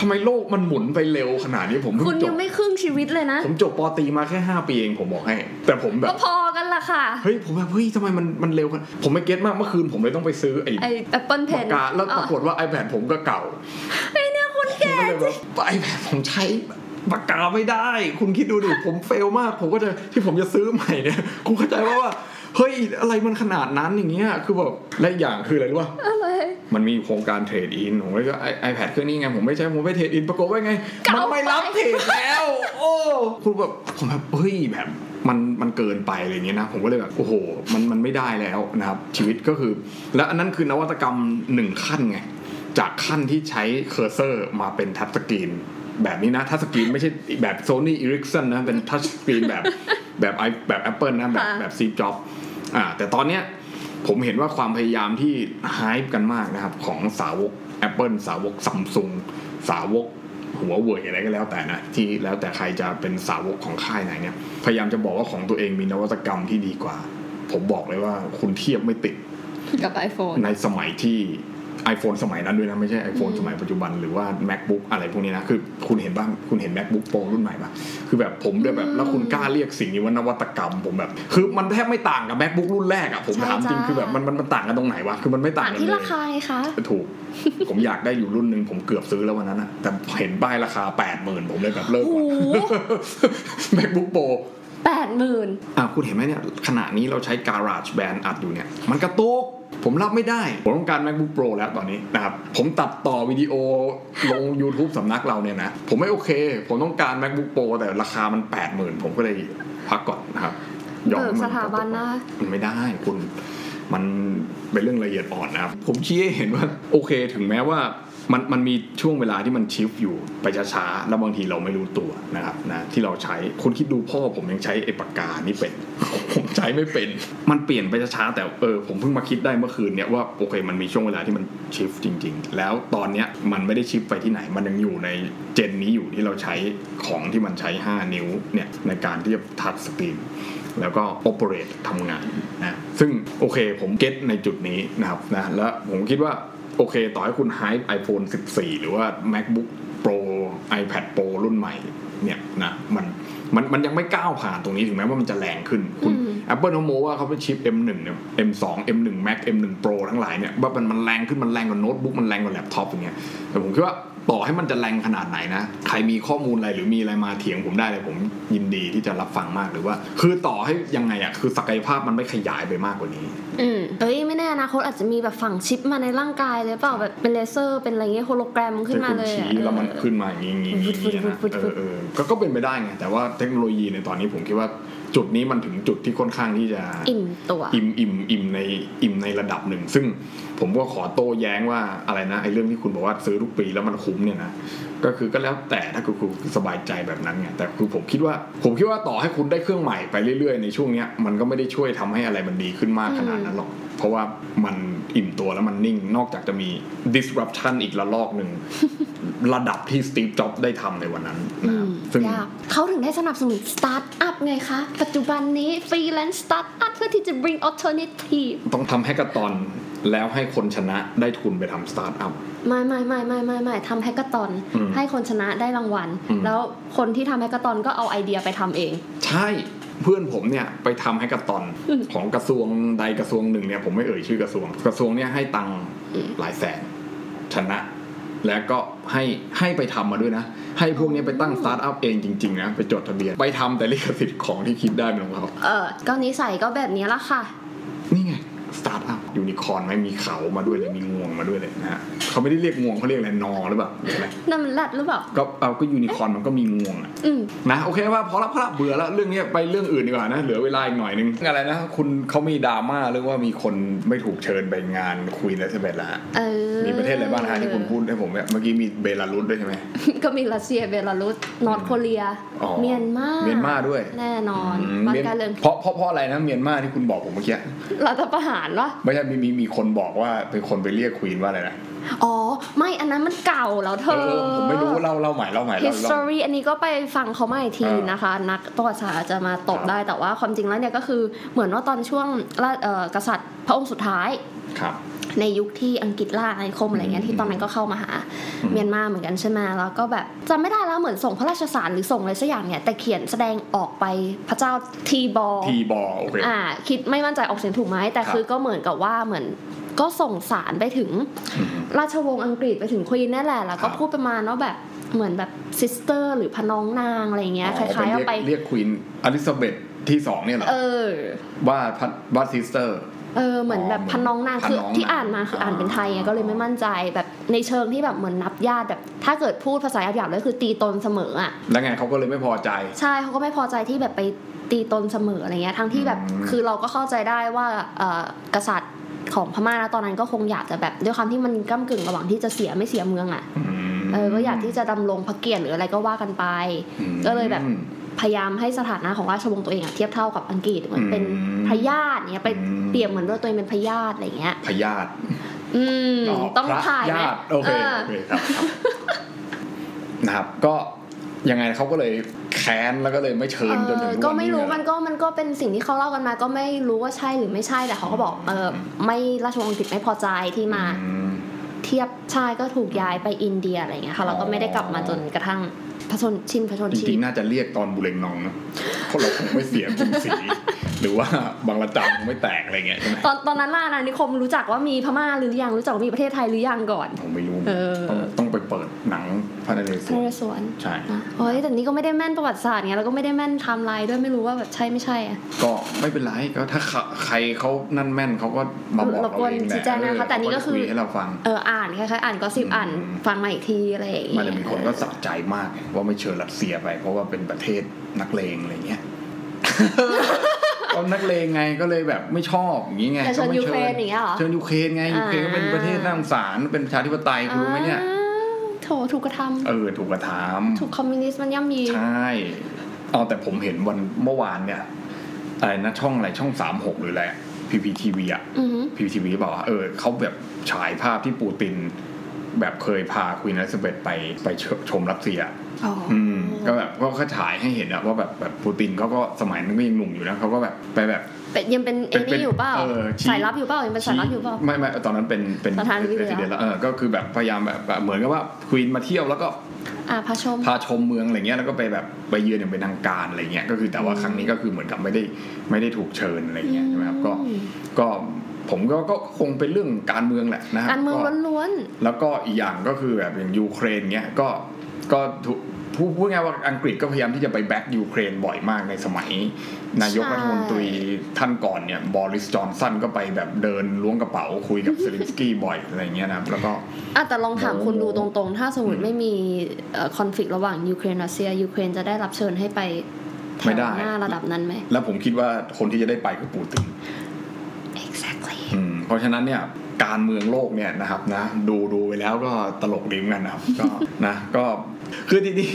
[SPEAKER 1] ทำไมโลกมันหมุนไปเร็วขนาดนี้ผมเพิ่
[SPEAKER 2] คุณ
[SPEAKER 1] งจ
[SPEAKER 2] ยั
[SPEAKER 1] บ
[SPEAKER 2] งไม่ครึ่งชีวิตเลยนะ
[SPEAKER 1] [LAUGHS] ผมจบปอตรีมาแค่ 5 ปีเองผมบอกให้ แต่ผมแบ
[SPEAKER 2] ก็
[SPEAKER 1] บ
[SPEAKER 2] พอกันล่ะค่ะ
[SPEAKER 1] เฮ้ย ผมแบบเฮ้ยทำไมมันมันเร็วขนาดผมไม่เก็ตมากเมื่อคืนผมเลยต้องไปซื้อไอ้
[SPEAKER 2] ไอแอปเปิลเพน
[SPEAKER 1] ปากกาแล้วปรากฏว่า iPad ผมก็เก่า
[SPEAKER 2] คุณ
[SPEAKER 1] ผม
[SPEAKER 2] แก่
[SPEAKER 1] ก็เลยแบบไอแพดผมใช้ปากกาไม่ได้ คุณคิดดูดิผมเฟลมาก ผมก็จะที่ผมจะซื้อใหม่เนี่ยคุณเข้าใจว่าว่าเฮ้ยอะไรมันขนาดนั้นอย่างเงี้ยคือแบบและอีกอย่างคืออะไรรู้ป่ะ
[SPEAKER 2] อะไร
[SPEAKER 1] มันมีโครงการเทรดอินผมก็ไอไอแพดเครื่องนี้ไง ผมไม่ใช้ผมไปเทรดอินปรากฏว่าไง
[SPEAKER 2] เก่า
[SPEAKER 1] มัน
[SPEAKER 2] ไป
[SPEAKER 1] ไม่รับเทรดแล้ว โอ้คุณแบบผมแบบเฮ้ยแบบมันมันเกินไปอะไรอย่างเงี้ยนะ ผมก็เลยแบบ โอ้โห มันมันไม่ได้แล้วนะครับ ชีวิตก็คือ แล้วอันนั้นคือนวัตกรรมหนึ่งขั้นไง จากขั้นที่ใช้เคอร์เซอร์มาเป็นทัชสกรีนแบบนี้นะทัชสกรีนไม่ใช่แบบโซนี่อ r ริกสันนะ เป็นทัชสกรีนแบบแบบไอแบบ Apple นะแบบ
[SPEAKER 2] ค่ะ
[SPEAKER 1] แบบซีจ็อบอ่าแต่ตอนเนี้ย ผมเห็นว่าความพยายามที่ฮายกันมากนะครับ ของสาวก Apple สาวกซัมซุงสาวกหัวเว่ยอะไรก็แล้วแต่นะ ที่แล้วแต่ใครจะเป็นสาวกของค่ายไหนเนี่ย พยายามจะบอกว่าของตัวเองมีนวัตกรรมที่ดีกว่า ผมบอกเลยว่าคุณเทียบไม่ติด
[SPEAKER 2] กับ iPhone
[SPEAKER 1] ในสมัยที่ iPhone สมัยนั้นด้วยนะ ไม่ใช่ iPhone สมัยปัจจุบันหรือว่า MacBook อะไรพวกนี้นะ คือคุณเห็นบ้างคุณเห็น MacBook Pro รุ่นใหม่ปะคือแบบผมด้วยแบบแล้วคุณกล้าเรียกสิ่งนี้ว่านวัตกรรมผมแบบ คือมันแทบไม่ต่างกับ MacBook รุ่นแรกอะผม
[SPEAKER 2] ใช่
[SPEAKER 1] ถามจริง
[SPEAKER 2] จ้า
[SPEAKER 1] คือแบบมันมันมันต่างกันตรงไหนวะคือมันไม่ต่าง
[SPEAKER 2] อ่าน
[SPEAKER 1] กัน
[SPEAKER 2] ที่
[SPEAKER 1] เล
[SPEAKER 2] ราคายไงคะ
[SPEAKER 1] ถูก ผมอยากได้อยู่รุ่นหนึ่งผมเกือบซื้อแล้ววันนั้นอะแต่เห็นป้ายราคา 8 0,000ผมเลยแบบเลิก [LAUGHS]
[SPEAKER 2] โอ้โห
[SPEAKER 1] ก่อน MacBook Pro
[SPEAKER 2] แปดหมื่น
[SPEAKER 1] อ่ะคุณเห็นไหมเนี่ยขณะนี้เราใช้ Garage Band อัดอยู่เนี่ย มันกระตุกผมรับไม่ได้ ผมต้องการ MacBook Pro แล้วตอนนี้นะครับ ผมตัดต่อวิดีโอลง YouTube สำนักเราเนี่ยนะ ผมไม่โอเค ผมต้องการ MacBook Pro แต่ราคามัน 80,000 ผมก็เลยพักก่อนนะครับ ยอม
[SPEAKER 2] เบิกสถาบันนะ
[SPEAKER 1] มันไม่ได้คุณ มันเป็นเรื่องละเอียดอ่อนนะครับ ผมชี้ให้เห็นว่า โอเคถึงแม้ว่ามันมันมีช่วงเวลาที่มันชิฟอยู่ไปช้าๆแล้วบางทีเราไม่รู้ตัวนะครับนะที่เราใช้คุณคิดดูพ่อผมยังใช้ไอ้ปากกานี่เป็น [LAUGHS] ผมใช้ไม่เป็น มันเปลี่ยนไปช้าๆแต่เออผมเพิ่งมาคิดได้เมื่อคืนเนี่ยว่าโอเคมันมีช่วงเวลาที่มันชิฟจริง ๆ แล้วตอนเนี้ยมันไม่ได้ชิฟไปที่ไหน มันยังอยู่ในเจนนี้อยู่ที่เราใช้ของที่มันใช้ 5 นิ้วเนี่ยในการที่จะทัชสกรีน แล้วก็ operate ทำงานนะ ซึ่งโอเคผมเก็ตในจุดนี้นะครับนะ แล้วผมคิดว่า โอเค ต่อให้คุณไฮ iPhone 14 หรือว่า MacBook Pro iPad Pro รุ่นใหม่เนี่ยนะมันมันมันยังไม่ก้าวผ่านตรงนี้ถึงแม้ว่ามันจะแรงขึ้น คุณ
[SPEAKER 2] อืม
[SPEAKER 1] Apple เขาโมว่าเขาเป็นชิป M1 เนี่ย M2 M1 Mac M1 Pro ทั้งหลายเนี่ยว่ามันมันแรงขึ้นมันแรงกว่าโน้ตบุ๊กมันแรงกว่าแล็ปท็อปอย่างเงี้ยแต่ผมคิดว่าต่อให้มันจะแรงขนาดไหนนะ ใครมีข้อมูลอะไรหรือมีอะไรมาเถียงผมได้เลยผมยินดีที่จะรับฟังมากหรือว่า คือต่อให้ยังไงอ่ะคือศักยภาพมันไม่ขยายไปมากกว่านี้
[SPEAKER 2] อืมเอ้ยไม่แน่อนาคตอาจจะมีแบบฝังชิปมาในร่างกายเลยเปล่าแบบเป็นเลเซอร์เป็นอะไรเงี้ยโฮโลแกรมขึ้นมาเลย
[SPEAKER 1] ที่คุ
[SPEAKER 2] อะ
[SPEAKER 1] ณชี้แล้วมันขึ้นมาอย่างนี้อย่างนี้อย่างนี้นะ
[SPEAKER 2] ฟุด
[SPEAKER 1] เอ
[SPEAKER 2] ฟุดฟุดฟุ
[SPEAKER 1] อ
[SPEAKER 2] ด
[SPEAKER 1] เออก็ก็เป็นไปได้ไงแต่ว่าเทคโนโลยีในตอนนี้ผมคิดว่าจุดนี้มันถึงจุดที่ค่อนข้างที่จะ
[SPEAKER 2] อิ่มตัว
[SPEAKER 1] อิ่มอิ่มอิ่มในอิ่มในระดับหนึ่ง ซึ่งผมก็ขอโต้แย้งว่าอะไรนะไอ้เรื่องที่คุณบอกว่าซื้อทุกปีแล้วมันคุ้มเนี่ยนะก็คือก็แล้วแต่ถ้าคุณคุณสบายใจแบบนั้นไงแต่คือผมคิดว่า ผมคิดว่าต่อให้คุณได้เครื่องใหม่ไปเรื่อยๆในช่วงเนี้ยมันก็ไม่ได้ช่วยทำให้อะไรมันดีขึ้นมากขนาดนั้นหรอก เพราะว่ามันอิ่มตัวแล้วมันนิ่งนอกจากจะมี disruption อีกระลอกหนึ่ง ระดับที่สตีฟจ็อบได้ทำในวันนั้น
[SPEAKER 2] อื
[SPEAKER 1] นะครับ
[SPEAKER 2] ม
[SPEAKER 1] ซึ่ง
[SPEAKER 2] ยากเขาถึงได้สนับสนุนสตาร์ทอัพไงคะ ปัจจุบันนี้ฟรีแลนซ์สตาร์ทอัพเพื่อที่จะ bring alternative
[SPEAKER 1] ต้องทำให้กระตอนแล้วให้คนชนะได้ทุนไปทำสตาร์ทอัพ
[SPEAKER 2] ไม่ไม่ไม่ไม่ไม่ไม่ทำแฮกเกอร์ตอน
[SPEAKER 1] อืม
[SPEAKER 2] ให้คนชนะได้รางวัล
[SPEAKER 1] อืม
[SPEAKER 2] แล้วคนที่ทำแฮกเกอร์ตอนก็เอาไอเดียไปทำเอง
[SPEAKER 1] ใช่เพื่อนผมเนี่ยไปทำให้กระตอน
[SPEAKER 2] อืม
[SPEAKER 1] ของกระทรวงใดกระทรวงหนึ่งเนี่ยผมไม่เอ่ยชื่อกระทรวง กระทรวงเนี่ยให้ตังค์
[SPEAKER 2] อืม
[SPEAKER 1] หลายแสนชนะ แล้วก็ให้ให้ไปทำมาด้วยนะ ให้พวกเนี้ยไปตั้งสตาร์ทอัพเองจริงๆนะไปจดทะเบียนไปทำแต่ลิขสิทธิ์ของที่คิดได้เป็นของเขา
[SPEAKER 2] เออก็นิสัยก็แบบนี้ละค่ะ
[SPEAKER 1] นี่ไงสตาร์ทอัพยูนิคอร์นไหมมีเขามาด้วยเลยมีงวงมาด้วยเลยนะฮะเขาไม่ได้เรียกงวงเขาเรียกอะไรนอหรือเปล่าใช่ไหม
[SPEAKER 2] นั่นมันแรดหรือเปล่า
[SPEAKER 1] ก็เอาก็ยูนิคอร์นมันก็มีงวงอะ
[SPEAKER 2] อืม
[SPEAKER 1] นะโอเคว่าพอละพอละเบื่อแล้วเรื่องนี้ไปเรื่องอื่นดีกว่านะเหลือเวลาอีกหน่อยนึงอะไรนะ คุณเขามีดราม่าเรื่องว่ามีคนไม่ถูกเชิญไปงานคุยและสเปนละฮะ
[SPEAKER 2] เออ
[SPEAKER 1] มีประเทศอะไรบ้างฮะที่คุณพูดให้ผมเนี่ยเมื่อกี้มีเบลารุสด้วยใช่ไหม
[SPEAKER 2] ก็มีรัสเซียเบลารุสนอร์ทโคเรีย
[SPEAKER 1] อ๋อ
[SPEAKER 2] เมียนมา
[SPEAKER 1] เมียนมาด้วย
[SPEAKER 2] แน่นอน
[SPEAKER 1] อืม
[SPEAKER 2] บ้าน
[SPEAKER 1] เมียน
[SPEAKER 2] การเรือน
[SPEAKER 1] เพราะเพราะเพราะอะไรนะเมียนมาที่คุณบอกผมเมื่อกี้
[SPEAKER 2] รัฐประหารวะ
[SPEAKER 1] ไม่ใช่มีมีมีคนบอกว่าเป็นคนไปเรียกควีนว่าอะไรนะ
[SPEAKER 2] อ๋อ ไม่อันนั้นมันเก่าแล้วเธอ
[SPEAKER 1] ผมไม่รู้เล่าเล่าใหม่เล่าใหม่เล่าเล่า
[SPEAKER 2] history อันนี้ก็ไปฟังเขามาอีกที
[SPEAKER 1] อ่าน
[SPEAKER 2] นะคะ นักประวัติศาสตร์อาจจะมาตอบ
[SPEAKER 1] ครับ
[SPEAKER 2] ได้แต่ว่าความจริงแล้วเนี่ยก็คือเหมือนว่าตอนช่วงราชเอ่อกษัตริย์พระองค์สุดท้าย
[SPEAKER 1] ครับ
[SPEAKER 2] ในยุคที่อังกฤษล่าอาณานิคมอะไรเงี้ยที่ตอนนั้นก็เข้ามาหา
[SPEAKER 1] อืม
[SPEAKER 2] เมียนมาเหมือนกันใช่ไหมแล้วก็แบบจำไม่ได้แล้วเหมือนส่งพระราชสารหรือส่งอะไรสักอย่างเนี่ยแต่เขียนแสดงออกไปพระเจ้าทีบอล
[SPEAKER 1] ทีบอลโอเค
[SPEAKER 2] อ่าคิดไม่มั่นใจออกเสียงถูกไหม
[SPEAKER 1] ค
[SPEAKER 2] แต่
[SPEAKER 1] รับ
[SPEAKER 2] คือก็เหมือนกับว่าเหมือนก็ส่งสารไปถึง
[SPEAKER 1] อืม
[SPEAKER 2] ราชวงศ์อังกฤษไปถึงควีนนั่นแหละแล้วก็
[SPEAKER 1] ครับ
[SPEAKER 2] พูดประมาณว่าแบบเหมือนแบบซิสเตอร์หรือพน้องนางอะไรอย่างเงี้ยคล้ายๆ
[SPEAKER 1] อ๋อ
[SPEAKER 2] เอาไป
[SPEAKER 1] เนเรียกเรียกควีนอลิซาเบธที่สองเนี่ยเหรอ
[SPEAKER 2] เออ
[SPEAKER 1] ว่าพัดว่าซิสเตอร์
[SPEAKER 2] เออเหมือนแบบพน้องนางคือ
[SPEAKER 1] พน้องนาง
[SPEAKER 2] ที่อ่านมาคืออ่านเป็นไทยไง
[SPEAKER 1] อ๋อ
[SPEAKER 2] ก็เลยไม่มั่นใจแบบในเชิงที่แบบเหมือนนับญาติแบบ ถ้าเกิดพูดภาษาหยาบๆแล้วคือตีตนเสมออ่ะ
[SPEAKER 1] แล้วไงเขาก็เลยไม่พอใจ
[SPEAKER 2] ใช่เขาก็ไม่พอใจที่แบบไปตีตนเสมออะไรเงี้ยทั้งที่แบบ
[SPEAKER 1] อืม
[SPEAKER 2] คือเราก็เข้าใจได้ว่าเอ่อกษัตริย์ของพม่านะตอนนั้นก็คงอยากจะแบบด้วยความที่มันก้ากึ่งระหว่างที่จะเสียไม่เสียเมืองอะ่ะเออก็อยากที่จะดำรงพระเกียรติหรืออะไรก็ว่ากันไป ก็เลยแบบ พยายามให้สถานะของราชวงศ์ตัวเองอะเทียบเท่ากับอังกฤษเหมือนเป็น
[SPEAKER 1] อืม
[SPEAKER 2] พญาติเนี่ยไป
[SPEAKER 1] อืม
[SPEAKER 2] เปรียบเหมือนว่าตัวเองเป็นพญาติอะไรเงี้ย
[SPEAKER 1] พยาธิ
[SPEAKER 2] อืมต้อง
[SPEAKER 1] พระ
[SPEAKER 2] ถ่ายไหม
[SPEAKER 1] ญาติโอเค
[SPEAKER 2] เออ
[SPEAKER 1] โอเคครับครับนะครับ ก็ยังไงเขาก็เลยแค้นแล้วก็เลยไม่เชิญจนถึงทุ
[SPEAKER 2] เออ
[SPEAKER 1] วันนี้
[SPEAKER 2] ก็ไม่รู้
[SPEAKER 1] เนี่ย
[SPEAKER 2] มันก็มันก็เป็นสิ่งที่เขาเล่ากันมา ก็ไม่รู้ว่าใช่หรือไม่ใช่แต่เขาก็บอกเออ
[SPEAKER 1] อืม
[SPEAKER 2] ไม่ราชวงศ์อังกฤษไม่พอใจที่มา
[SPEAKER 1] อืม
[SPEAKER 2] เทียบชายก็ถูกย้ายไปอินเดียอะไรอย่างเงี้ยค่ะแล้วก็ไม่ได้กลับมาจนกระทั่งพระชนชินพระชน
[SPEAKER 1] จ
[SPEAKER 2] ชี
[SPEAKER 1] ริงๆ น่าจะเรียกตอนบุเรงนองนะเพราะเราคงไม่เสียกรุงศรี [LAUGHS] หรือว่าบางระจันคงไม่แตกอะไรเงี้ยใช่ไหม
[SPEAKER 2] ตอนตอนนั้นล่านานิคมรู้จักว่ามีพม่าหรือยังรู้จักว่ามีประเทศไทยหรือยังก่อน
[SPEAKER 1] ผมไม่รู้
[SPEAKER 2] เออ
[SPEAKER 1] ต้องต้องไปเปิดหนังพระนเรศ
[SPEAKER 2] พระน
[SPEAKER 1] ว
[SPEAKER 2] เร
[SPEAKER 1] ร
[SPEAKER 2] ศวร
[SPEAKER 1] ใช่
[SPEAKER 2] นะโอ้ยแต่นี่ก็ไม่ได้แม่นประวัติศาสตร์ไงแล้วก็ไม่ได้แม่นไทม์ไลน์ด้วยไม่รู้ว่าแบบใช่ไม่ใช่อะ
[SPEAKER 1] ก็ไม่เป็นไรก็ถ้าใครเขานั่นแม่นเขาก็มาบอกเรา
[SPEAKER 2] กวน
[SPEAKER 1] เองแหละ
[SPEAKER 2] ชี้แจงนะคะแต่นี่ก็คือ
[SPEAKER 1] เเราจะยให้เราฟัง
[SPEAKER 2] เอออ่านคล้ายๆอ่านก็สิบอ่านฟังมาอีกทีอะไรอย่างเงี้ย
[SPEAKER 1] มันจะมีคนก็สะใจมากไงว่าไม่เชิญรัสเซียไป เพราะว่าเป็นประเทศนักเลงอะไรเงี้ย เอานักเลงไงก็เลยแบบไม่ชอบอย่างนี้ไง
[SPEAKER 2] แต่เชิญ
[SPEAKER 1] ก็ไม่
[SPEAKER 2] ยูเครนอย่างเงี้ยเหรอ
[SPEAKER 1] เชิญยูเครนไงยูเครนก็เป็นประเทศน่าสงสารเป็นประชาธิปไตยคุณรู้ไหมเนี่ย
[SPEAKER 2] อ่าโถถูกกระท
[SPEAKER 1] เออถูกกระท
[SPEAKER 2] ำถูกคอมมิวนิสต์มันย่ำยี
[SPEAKER 1] ำใช่เอาแต่ผมเห็นวันเมื่อวานเนี่ยอะไรนะช่องอะไรช่องสามหกหรืออะไรพีพีทีวีอะ
[SPEAKER 2] อือหือ
[SPEAKER 1] พีทีวีบอกว่าเออเขาแบบฉายภาพที่ปูติน แบบเคยพาควีนอลิซาเบธไปไปชชมรัสเซีย
[SPEAKER 2] อ๋ออ
[SPEAKER 1] อืม ก็แบบก็เขาฉายให้เห็นอะว่าแบบแบบปูตินเขาก็สมัยนั้นก็ยังหนุ่มอยู่นะเขาก็แบบไปแบบ
[SPEAKER 2] เป็นยังเป็นเอ
[SPEAKER 1] เป็นเป็น
[SPEAKER 2] นี่อยู่เปล่า
[SPEAKER 1] เออชี้
[SPEAKER 2] สายลับอยู่เปล่ายังเป็นสายลับอยู่เปล่า
[SPEAKER 1] ไม่ไม่ตอนนั้นเป็นเป็น
[SPEAKER 2] ประธานาธิบดี
[SPEAKER 1] เด
[SPEAKER 2] เหรอ
[SPEAKER 1] แล้วเออก็คือแบบพยายามแบบแบบเหมือนกับว่าควีนมาเที่ยวแล้วก็
[SPEAKER 2] อ่าพาชม
[SPEAKER 1] พาชมเมืองอะไรเงี้ยแล้วก็ไปแบบไปเยือนอย่างเป็นทางการอะไรเงี้ยก็คือแต่ว่าครั้งนี้ก็คือเหมือนกับไม่ได้ไม่ได้ถูกเชิญอะไรเงี้ยใช่ไหมครับก็
[SPEAKER 2] อืม
[SPEAKER 1] ก็ผมก็ก็คงเป็นเรื่องการเมืองแหละนะฮะ
[SPEAKER 2] การเมืองล้วน
[SPEAKER 1] แล้วก็อีกอย่างก็คือแบบอย่างยูเครนเนี้ยก็ก็ถูกพูดพูดง่ายว่าอังกฤษก็พยายามที่จะไปแบ็กยูเครนบ่อยมากในสมัย นายกรัฐมนตรีท่านก่อนเนี่ยบอริสจอนสันก็ไปแบบเดินล้วงกระเป๋าคุยกับเซลินสกี้บ่อยอะไรเงี้ยนะครับแล้วก็
[SPEAKER 2] ๆอ่ะแต่ลองถาม
[SPEAKER 1] โอ้
[SPEAKER 2] คุณดูตรงๆ ถ้าสมม
[SPEAKER 1] อื
[SPEAKER 2] ติ
[SPEAKER 1] ม
[SPEAKER 2] ไม่มีคอนฟ lict ระหว่างยูเครนรัสเซียยูเครนจะได้รับเชิญให้ไปแถ
[SPEAKER 1] ไม่
[SPEAKER 2] ว
[SPEAKER 1] ได้
[SPEAKER 2] หน้าระดับนั้นไหม
[SPEAKER 1] แล้วผมคิดว่าคนที่จะได้ไปคือปูติน
[SPEAKER 2] exactly
[SPEAKER 1] อืมเพราะฉะนั้นเนี่ยการเมืองโลกเนี่ยนะครับนะดูดูไปแล้วก็ตลกดีเหมอนกันนะครับก็ [LAUGHS] นะก็คือทีนี้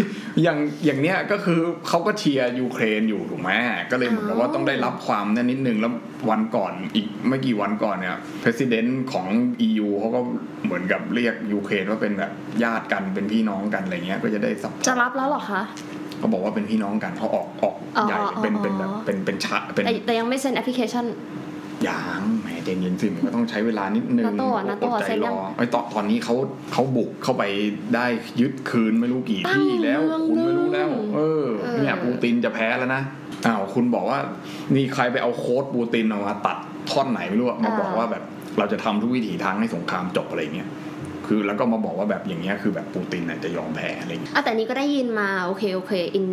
[SPEAKER 1] อย่างอย่างเนี้ยก็คือเขาก็เชียร์ยูเครนอยู่ถูกไหมก็เลยเหมือนกับว่า
[SPEAKER 2] อ๋อ
[SPEAKER 1] ต้องได้รับความเนี่ยนิดนึงแล้ววันก่อนอีกไม่กี่วันก่อนเนี่ยประธานของ EU เขาก็เหมือนกับเรียกยูเครนว่าเป็นแบบญาติกันเป็นพี่น้องกันอะไรเงี้ยก็จะได้สับ
[SPEAKER 2] จะรับแล้วเหรอคะ
[SPEAKER 1] เขาบอกว่าเป็นพี่น้องกันเขาออกออก
[SPEAKER 2] อ๋อ
[SPEAKER 1] ใหญ่เป็นเป็นแบบ
[SPEAKER 2] อ๋อ
[SPEAKER 1] เป็นเป็นชะเป็น
[SPEAKER 2] แต่แต่ยังไม่เซ็นแอปพลิเคชัน
[SPEAKER 1] ยังแหมใจเย็นสิมันก็ต้องใช้เวลานิดนึง
[SPEAKER 2] นาโต้อะนาโต้
[SPEAKER 1] อด
[SPEAKER 2] อะ
[SPEAKER 1] ใจ
[SPEAKER 2] เซ็น
[SPEAKER 1] ร
[SPEAKER 2] ยั
[SPEAKER 1] อง ไอ้ตอนตอนนี้เขาเขาบุกเข้าไปได้ยึดคืนไม่รู้กี่ที่แล้ว คุณไม่รู้แล้ว เออเนี่ยปูตินจะแพ้แล้วนะอ้าวคุณบอกว่านี่ใครไปเอาโค้ดปูตินออกมาตัดท่อนไหนไม่รู้อะมาบอกว่าแบบเราจะทำทุกวิถีทางให้สงครามจบอะไรเงี้ยคือแล้วก็มาบอกว่าแบบอย่างเงี้ยคือแบบปูตินน่ะจะยอมแพ้อะไรเงี้ย
[SPEAKER 2] อ่ะแต่นี้ก็ได้ยินมาโอเคโอเค in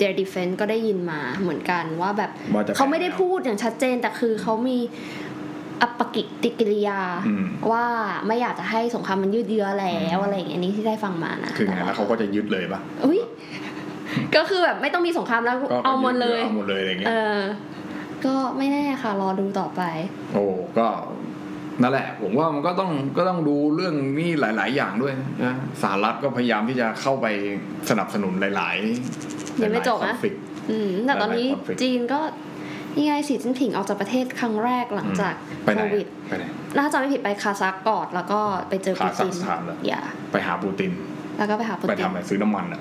[SPEAKER 2] their defense ก็ได้ยินมาเหมือนกันว่าแบบ
[SPEAKER 1] ว่าจะแพ้
[SPEAKER 2] เขาไม่ได้พูดอย่างชัดเจนแต่คือเขามีอัปกิติกิริยา
[SPEAKER 1] อืม
[SPEAKER 2] ว่าไม่อยากจะให้สงครามมันยืดเยื้อแล้ว
[SPEAKER 1] อืม
[SPEAKER 2] อะไรอย่างเงี้ยอันนี้ที่ได้ฟังมานะ
[SPEAKER 1] คือไงแล้วเขาก็จะยึดเลยปะ
[SPEAKER 2] อุ้
[SPEAKER 1] [LAUGHS]
[SPEAKER 2] ยก็คือแบบไม่ต้องมีสงครามแล้ว
[SPEAKER 1] ก็
[SPEAKER 2] เอาหมดเลย
[SPEAKER 1] เอาหมดเลยอะไรเงี้ย
[SPEAKER 2] เออ ก็ไม่แน่ค่ะรอดูต่อไป
[SPEAKER 1] โอ้ก็นั่นแหละ ผมว่ามันก็ต้องก็ต้องดูเรื่องนี้หลาย ๆ อย่างด้วยนะสหรัฐก็พยายามที่จะเข้าไปสนับสนุนหลายๆ
[SPEAKER 2] ยังไม่จบนะ
[SPEAKER 1] หลายๆ conflict
[SPEAKER 2] อืมแต่ตอน
[SPEAKER 1] ห
[SPEAKER 2] นี้
[SPEAKER 1] ลายๆ conflict
[SPEAKER 2] จีนก็นี่ไงสีจิ้นผิงออกจากประเทศครั้งแรกหลังจาก
[SPEAKER 1] ไปไหน
[SPEAKER 2] โควิด
[SPEAKER 1] ไปไหน
[SPEAKER 2] น่าจะไม่ผิดไปคาซัคก่อนแล้วก็ไปเจอปูติน
[SPEAKER 1] คาซัคสถานเหรอ
[SPEAKER 2] อย่า
[SPEAKER 1] ไปหาปูติน
[SPEAKER 2] แล้วก็ไปหาปู
[SPEAKER 1] ไป
[SPEAKER 2] ติน
[SPEAKER 1] ทำอะไรซื้อน้ำมันอ่ะ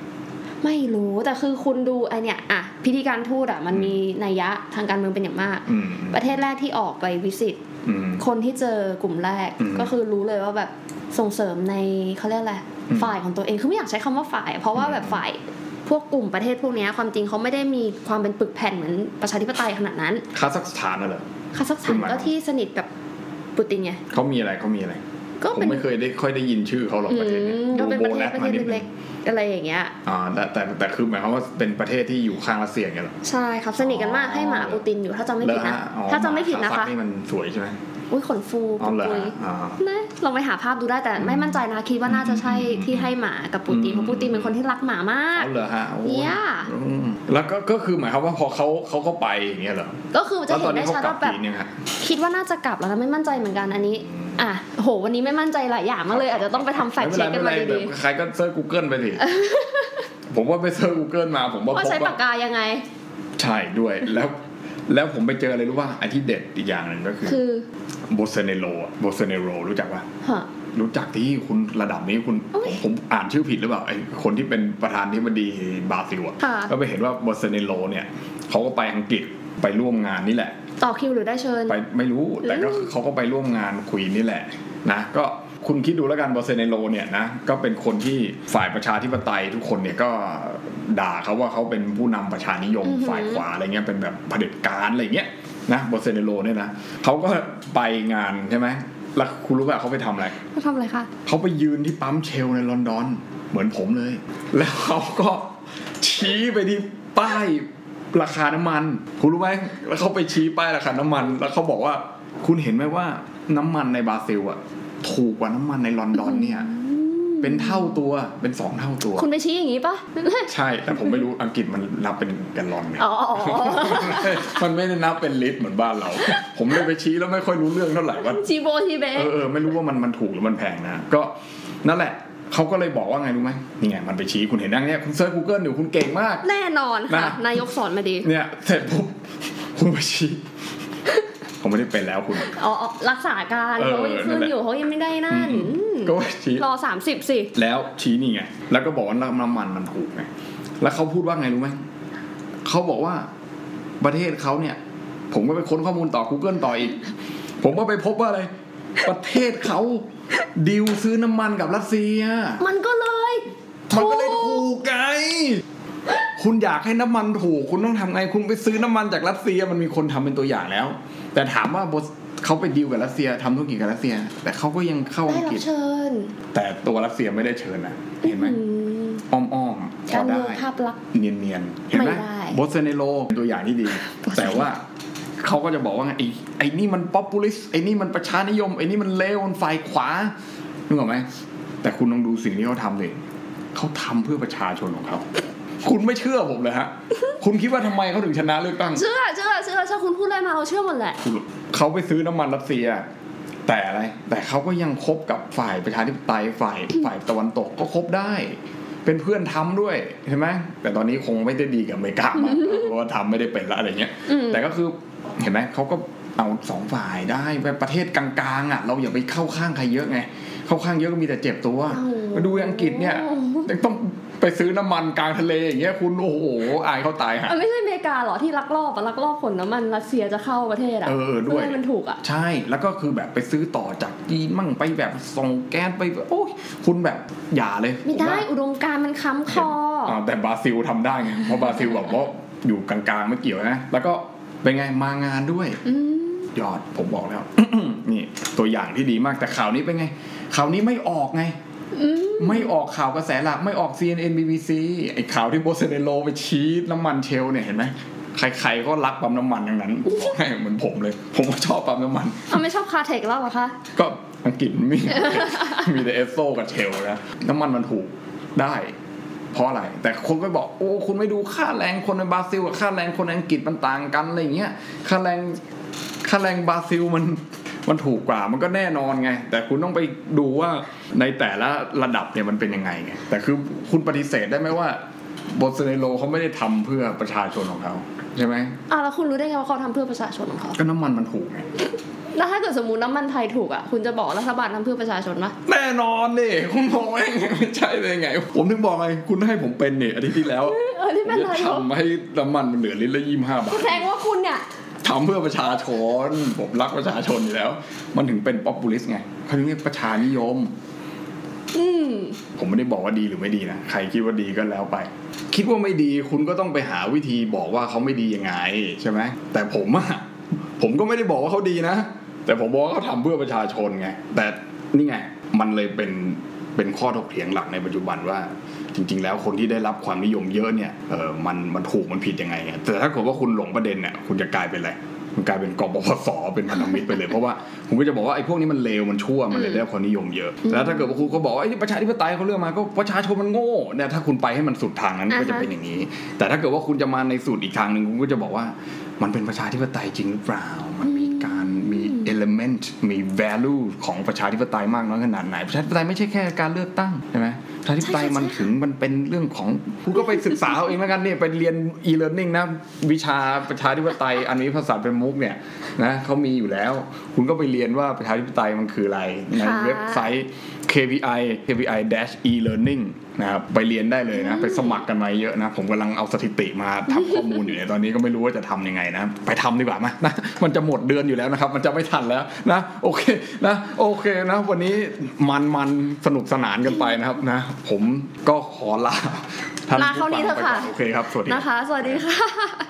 [SPEAKER 2] ไม่รู้แต่คือคุณดูไอเนี่ยอ่ะพิธีการทูตอ่ะมัน
[SPEAKER 1] อืม
[SPEAKER 2] มีนัยยะทางการเมืองเป็นอย่างมาก
[SPEAKER 1] อืม
[SPEAKER 2] ประเทศแรกที่ออกไปวิสิต
[SPEAKER 1] อืม
[SPEAKER 2] คนที่เจอกลุ่มแรก
[SPEAKER 1] อืม
[SPEAKER 2] ก็คือรู้เลยว่าแบบส่งเสริมในเขาเรียกอะไร
[SPEAKER 1] อืม
[SPEAKER 2] ฝ่ายของตัวเองคือไม่อยากใช้คำว่าฝ่าย เพราะว่า
[SPEAKER 1] อืม
[SPEAKER 2] แบบฝ่ายพวกกลุ่มประเทศพวกเนี้ยความจริงเขาไม่ได้มีความเป็นปึกแผ่นเหมือนประชาธิปไตยขนาดนั้น
[SPEAKER 1] คาซัคสถานน่ะเหรอ
[SPEAKER 2] คาซัคส
[SPEAKER 1] กลุ่
[SPEAKER 2] ถาน
[SPEAKER 1] มอะไร
[SPEAKER 2] ก็ที่สนิทกับปูตินไง
[SPEAKER 1] เขามีอะไรเขามีอะไร
[SPEAKER 2] ก็
[SPEAKER 1] ผม
[SPEAKER 2] เป็น
[SPEAKER 1] ไม่เคยได้ค่อยได้ยินชื่อเขาหรอก
[SPEAKER 2] อื
[SPEAKER 1] ประเทศเนี้ย
[SPEAKER 2] มก็เป็น
[SPEAKER 1] ดู
[SPEAKER 2] ประ
[SPEAKER 1] โบ
[SPEAKER 2] เทศ
[SPEAKER 1] นัส
[SPEAKER 2] ประ
[SPEAKER 1] มา
[SPEAKER 2] เทศ
[SPEAKER 1] นิดนึ
[SPEAKER 2] เล็
[SPEAKER 1] ง
[SPEAKER 2] กๆอะไรอย่างเงี้ย
[SPEAKER 1] อ่าแต่แต่แต่คือหมายความว่าเป็นประเทศที่อยู่ข้างรัสเซียไงเหรอ
[SPEAKER 2] ใช่ครับสนิทกันมากให้หมาปูตินอยู่ถ้าจำไม่ผิดนะ
[SPEAKER 1] เหรอฮอ๋อ
[SPEAKER 2] ถ้าจำไม่ผิดนะ
[SPEAKER 1] คาซั
[SPEAKER 2] คะ
[SPEAKER 1] นี่มันสวยใช่ไหม
[SPEAKER 2] อุ้ยขนฟู
[SPEAKER 1] อ๋อเหรอ
[SPEAKER 2] ปุย
[SPEAKER 1] ฮะอ่า
[SPEAKER 2] นะลองไปหาภาพดูได้แต่ไม่มั่นใจนะคิดว่าน่าจะใช่ที่ให้หมากับปูตินเพราะปูตินเป็นคนที่รักหมามาก
[SPEAKER 1] เอาเหรอฮะโอ้
[SPEAKER 2] เนี่ย
[SPEAKER 1] อืมแล้วก็ก็คือหมายความว่าพอเขาเขาก็ไปอย่างเงี้ยเหรอ
[SPEAKER 2] ก็คือจะ
[SPEAKER 1] แล้ว
[SPEAKER 2] เห็
[SPEAKER 1] ตอน
[SPEAKER 2] น
[SPEAKER 1] นี้
[SPEAKER 2] ได้
[SPEAKER 1] เขา
[SPEAKER 2] ชัด
[SPEAKER 1] กลับ
[SPEAKER 2] ว่าแบบ
[SPEAKER 1] จีนยังฮะ
[SPEAKER 2] คิดว่าน่าจะกลับแล้วนะไม่มั่นใจเหมือนกันอันนี้ อ่ะโหวันนี้ไม่มั่นใจหลายอย่างมากเลยอาจจะต้องไปทำแฟก
[SPEAKER 1] ไม่
[SPEAKER 2] ต์
[SPEAKER 1] เป็น
[SPEAKER 2] เช็
[SPEAKER 1] ไร
[SPEAKER 2] คกั
[SPEAKER 1] ไม่เป็
[SPEAKER 2] น
[SPEAKER 1] นไรแบ
[SPEAKER 2] มาดี
[SPEAKER 1] บใครก็เซิร์ช Google ไปสิผมว่าไปเซิร์ช Google มาผมว่า
[SPEAKER 2] ๆว่า
[SPEAKER 1] พบ
[SPEAKER 2] ใช้ปา
[SPEAKER 1] ว่าก
[SPEAKER 2] กายังไง
[SPEAKER 1] ใช่ด้วยแล้ว แล้วผมไปเจออะไรรู้ป่ะไอ้ที่เด็ดอีกอย่างหนึ่งก็คือ
[SPEAKER 2] คือ
[SPEAKER 1] โบเซเนโรโบเซเนโรรู้จักปะ
[SPEAKER 2] ฮะ
[SPEAKER 1] รู้จักที่คุณระดับนี้คุณ
[SPEAKER 2] โอ้ย
[SPEAKER 1] ผมผมอ่านชื่อผิดหรือเปล่าไอ้คนที่เป็นประธานที่บดีบราซิลอะ
[SPEAKER 2] ค่ะ
[SPEAKER 1] ก็ไปเห็นว่าโบเซเนโรเนี่ยเขาก็ไปอังกฤษไปร่วมงานนี่แหละ
[SPEAKER 2] ต่อคิวหรือได้เชิญ
[SPEAKER 1] ไปไม่รู้แต่ก็
[SPEAKER 2] อืม
[SPEAKER 1] เขาก็ไปร่วมงานคุยนี่แหละนะก็คุณคิดดูแล้วกันบอสเซเนโลเนี่ยนะก็เป็นคนที่ฝ่ายประชาธิปไตยทุกคนเนี่ยก็ด่าเขาว่าเขาเป็นผู้นำประชานิยมฝ่ายขวาอะไรเงี้ยเป็นแบบเผด็จการอะไรเงี้ยนะบอสเซเนโลเนี่ยนะเขาก็ไปงานใช่ไหมแล้วคุณรู้ป่ะเขาไปทำอะไร
[SPEAKER 2] เขาทำอะไรคะ
[SPEAKER 1] เขาไปยืนที่ปั๊มเชลในลอนดอน เหมือนผมเลย แล้วเขาก็ชี้ไปที่ป้ายราคาน้ำมัน คุณรู้ไหมแล้วเขาไปชี้ป้ายราคาน้ำมัน แล้วเขาบอกว่า คุณเห็นไหมว่าน้ำมันในบราซิลอะถูกกว่าน้ำมันในลอนดอนเนี่ย
[SPEAKER 2] อืม
[SPEAKER 1] เป็นเท่าตัวเป็นสองเท่าตัว
[SPEAKER 2] คุณไปชี้อย่างนี้ปะ
[SPEAKER 1] ใช่ แต่ผมไม่รู้อังกฤษมันนับเป็นแกลลอนไง
[SPEAKER 2] อ๋ออ๋ออ๋อ
[SPEAKER 1] [LAUGHS] มันไม่ได้นับเป็นลิตรเหมือนบ้านเรา ผมเลยไปชี้แล้วไม่ค่อยรู้เรื่องเท่าไหร่ว่า
[SPEAKER 2] จีโบทีเบ
[SPEAKER 1] เออเออไม่รู้ว่ามันมันถูกหรือมันแพงนะ ก็นั่นแหละ เขาก็เลยบอกว่าไงรู้ไหมนี่ไงมันไปชี้คุณเห็นดังเนี้ยคุณเซิร์ช Google อยู่คุณเก่งมาก
[SPEAKER 2] แน่นอนค่ะ
[SPEAKER 1] น่ะ
[SPEAKER 2] นายกสอนมาดี
[SPEAKER 1] เนี่ยเสร็จปุ๊บ [LAUGHS] คุณไปชี้ ผมไม่ได้เป็นแล้วคุณ
[SPEAKER 2] อ๋ออ๋อรักษาการ
[SPEAKER 1] เออ
[SPEAKER 2] เขายัง
[SPEAKER 1] นั่น
[SPEAKER 2] ขึ้น
[SPEAKER 1] แหละ
[SPEAKER 2] อยู่เขายังไม่ได้นั่น
[SPEAKER 1] ก็ไปชี้
[SPEAKER 2] รอสามสิบสิ
[SPEAKER 1] แล้วชี้นี่ไง แล้วก็บอกว่าน้ำมันมันถูกไง แล้วเขาพูดว่าไงรู้ไหม เขาบอกว่าประเทศเขาเนี่ย ผมก็ไปค้นข้อมูลต่อ Google ต่ออีก ผมก็ไปพบว่าอะไร ประเทศเขาดิวซื้อน้ำมันกับรัสเซีย
[SPEAKER 2] มันก็เลย
[SPEAKER 1] มันก็เลยถูกไง คุณอยากให้น้ำมันถูก คุณต้องทำไง คุณไปซื้อน้ำมันจากรัสเซีย มันมีคนทำเป็นตัวอย่างแล้ว แต่ถามว่าบสเขาไปดีลกับรัสเซียทำธุรกิจกับรัสเซีย แต่เขาก็ยังเข้า
[SPEAKER 2] ได้
[SPEAKER 1] อัง
[SPEAKER 2] รั
[SPEAKER 1] กฤ
[SPEAKER 2] บ
[SPEAKER 1] ษ
[SPEAKER 2] เชิญ
[SPEAKER 1] แต่ตัวรัสเซียไม่ได้เชิญนะ เห็นไหม
[SPEAKER 2] อืม
[SPEAKER 1] อ้อมอ้อมๆพ
[SPEAKER 2] กา
[SPEAKER 1] อ
[SPEAKER 2] รเมื
[SPEAKER 1] ได้
[SPEAKER 2] องภาพลักษณ์
[SPEAKER 1] เนียนเนียนๆเห็นไหม
[SPEAKER 2] ไม่ได้
[SPEAKER 1] บอสเซเนโลเป็นตัวอย่างที่ดี แต่ว่าเขาก็จะบอกว่าไงไอ้ไอ้นี่มันป๊อปปูลิสไอ้นี่มันประชานิยม ไอ้นี่มันเลวมันฝ่ายขวานึกออกไหม แต่คุณลองดูสิ่งที่เขาทำเลยเขาทำเพื่อประชาชนของเขา คุณไม่เชื่อผมเลยฮะ คุณคิดว่าทำไมเขาถึงชนะเลือกตั้ง
[SPEAKER 2] เชื่อเชื่อเชื่อถ้าคุณพูดอะไรมาเราเชื่อหมดแหละ
[SPEAKER 1] เขาไปซื้อน้ำมันรัสเซีย แต่อะไร แต่เขาก็ยังคบกับฝ่ายประชาธิปไตยฝ่ายฝ่ายตะวันตกก็คบได้ เป็นเพื่อนทำด้วยใช่ไหมแต่ตอนนี้คงไม่ได้ดีกับอเมริกามาก [LAUGHS] เพราะว่าทำไม่ได้เป็นละอะไรเงี้ย
[SPEAKER 2] อืม
[SPEAKER 1] แต่ก็คือเห็นไหมเขาก็เอาสองฝ่ายได้แบบประเทศกลางๆอ่ะเราอย่าไปเข้าข้างใครเยอะไงเข้าข้างเยอะก็มีแต่เจ็บตัวมาดูอังกฤษเนี่ยยังต้องไปซื้อน้ำมันกลางทะเลอย่างเงี้ยคุณโอ้โหอายเขาตายฮะ
[SPEAKER 2] เอ้ยไม่ใช่อเมริกาเหรอที่ลักลอบอะลักลอบขนน้ำมันรัสเซียจะเข้าประเทศอะ
[SPEAKER 1] เออด้วย
[SPEAKER 2] พื่ให้มันถูกอะ
[SPEAKER 1] ใช่ แล้วก็คือแบบไปซื้อต่อจากจีนมั่งไปแบบส่งแก๊สไปแบบโอ้ยคุณแบบอย่าเลย
[SPEAKER 2] ไม่
[SPEAKER 1] ผ
[SPEAKER 2] ได้
[SPEAKER 1] ว่า
[SPEAKER 2] อุดมการณ์มันค้ำคอ
[SPEAKER 1] อ่าแต่บราซิลทำได้ไง เพราะบราซิลแบบว่าอยู่กลางๆไม่เกี่ยวนะ แล้วก็เป็นไงมางานด้วย
[SPEAKER 2] อืม
[SPEAKER 1] ยอดผมบอกแล้ว [COUGHS] นี่ตัวอย่างที่ดีมากแต่ข่าวนี้เป็นไง ข่าวนี้ไม่ออกไง
[SPEAKER 2] อืม
[SPEAKER 1] ไม่ออกข่าวกระแสหลักไม่ออก CNN BBC ไอ้ข่าวที่โบเซเนโลไปชี้น้ำมันเชลเนี่ยเห็นไหมใครๆก็รักปั๊มน้ำมันทั้งนั้นผมบอกให้เหมือนผมเลย ผมก็ชอบปั๊มน้ำมัน
[SPEAKER 2] เอาไม่ชอบคาเทคแล้วเหรอคะ
[SPEAKER 1] ก็อังกฤษมี [LAUGHS] มีแต่เอสโซกับเชลนะน้ำมันมันถูกได้ เพราะอะไร แต่คนก็บอกโอ้คุณไม่ดูค่าแรงคนในบราซิลกับค่าแรงคนในอังกฤษมันต่างกันอะไรอย่างเงี้ยค่าแรงค่าแรงบราซิลมันมันถูกกว่ามันก็แน่นอนไง แต่คุณต้องไปดูว่าในแต่ละระดับเนี่ยมันเป็นยังไงไงแต่คือคุณปฏิเสธได้ไหมว่าโบสเนโลเขาไม่ได้ทำเพื่อประชาชนของเขาใช่ไหม
[SPEAKER 2] อ่ะแล้วคุณรู้ได้ไงว่าเขาทำเพื่อประชาชนของเขา
[SPEAKER 1] ก็น้ำมันมันถูกไง
[SPEAKER 2] แล้วถ้าเกิดสมมติน้ำมันไทยถูกอะคุณจะบอกรัฐบาลทำเพื่อประชาชนปะ
[SPEAKER 1] แน่นอนนี่ [LAUGHS] คุณบอกเองไม่ใช่ได้ไง ผมถึงบอกไงคุณให้ผมเป็นเนี่ยอาทิตย์ที่แล้ว
[SPEAKER 2] เออนี่เป็น
[SPEAKER 1] จะ
[SPEAKER 2] นายก
[SPEAKER 1] ทำให้น้ำมันมันเหลือลิตรละยี่ห้าบาท
[SPEAKER 2] แสดงว่าคุณเนี่ย
[SPEAKER 1] ทำเพื่อประชาชน ผมรักประชาชนอยู่แล้ว มันถึงเป็นป๊อปปูลิสไงเขาถึงเรียกประชานิยม
[SPEAKER 2] อืม
[SPEAKER 1] ผมไม่ได้บอกว่าดีหรือไม่ดีนะ ใครคิดว่าดีก็แล้วไป คิดว่าไม่ดีคุณก็ต้องไปหาวิธีบอกว่าเขาไม่ดียังไงใช่ไหมแต่ผมอะผมก็ไม่ได้บอกว่าเขาดีนะ แต่ผมบอกว่าเขาทำเพื่อประชาชนไง แต่นี่ไง มันเลยเป็นเป็นข้อถกเถียงหลักในปัจจุบันว่า จริง ๆ แล้วคนที่ได้รับความนิยมเยอะเนี่ยเออมันมันถูกมันผิดยังไงไงแต่ถ้าเกิดว่าคุณหลงประเด็นเนี่ยคุณจะกลายเป็นอะไรมันกลายเป็นกบพศเป็นพันธมิตรไปเลยเพราะว่าผมก็จะบอกว่าไอ้พวกนี้มันเลวมันชั่วมันเลยได้รับความนิยมเยอะแล้วถ้าเกิดว่าคุณเขาบอกว่าไอ้นี่ประชาธิปไตยเขาเลือกมาก็ประชาชนมันโง่เนี่ยถ้าคุณไปให้มันสุดทางนั้นก็จะเป็นอย่างนี้ แต่ถ้าเกิดว่าคุณจะมาในสูตรอีกทางหนึ่งคุณก็จะบอกว่า มันเป็นประชาธิปไตยจริงหรือเปล่า มันมีการมี element มี value ของประชาธิปไตยมากน้อยขนาดไหน ประชาธิปไตยไม่ใช่แค่การเลือกตั้งใช่ไหมประชาธิปไตยมันถึงมันเป็นเรื่องของคุณก็ไปศึกษาเอาเองแล้วกันเนี่ยไปเรียน e-learning นะวิชาประชาธิปไตยอันนี้ภาษาเป็นมุกเนี่ยนะเขามีอยู่แล้ว คุณก็ไปเรียนว่าประชาธิปไตยมันคืออะไรในเว็บไซต์ KVI KVI dash e learning นะครับไปเรียนได้เลยนะ ไปสมัครกันมาเยอะนะ ผมกำลังเอาสถิติมาทำข้อมูลอยู่เนี่ยตอนนี้ก็ไม่รู้ว่าจะทำยังไงนะ ไปทำดีกว่ามา [LAUGHS] นะมันจะหมดเดือนอยู่แล้วนะครับ มันจะไม่ทันแล้วนะ โอเคนะโอเคนะ วันนี้มันมันสนุกสนานกันไปนะครับนะ ผมก็ขอลาท่าน
[SPEAKER 2] ลา
[SPEAKER 1] ผู้ฟั
[SPEAKER 2] เท่านี้
[SPEAKER 1] ง
[SPEAKER 2] เถอะ
[SPEAKER 1] ไปก่
[SPEAKER 2] ค่ะ
[SPEAKER 1] อนโอเคครับ สวัสดีครับ
[SPEAKER 2] นะคะ สวัสดีค่ะ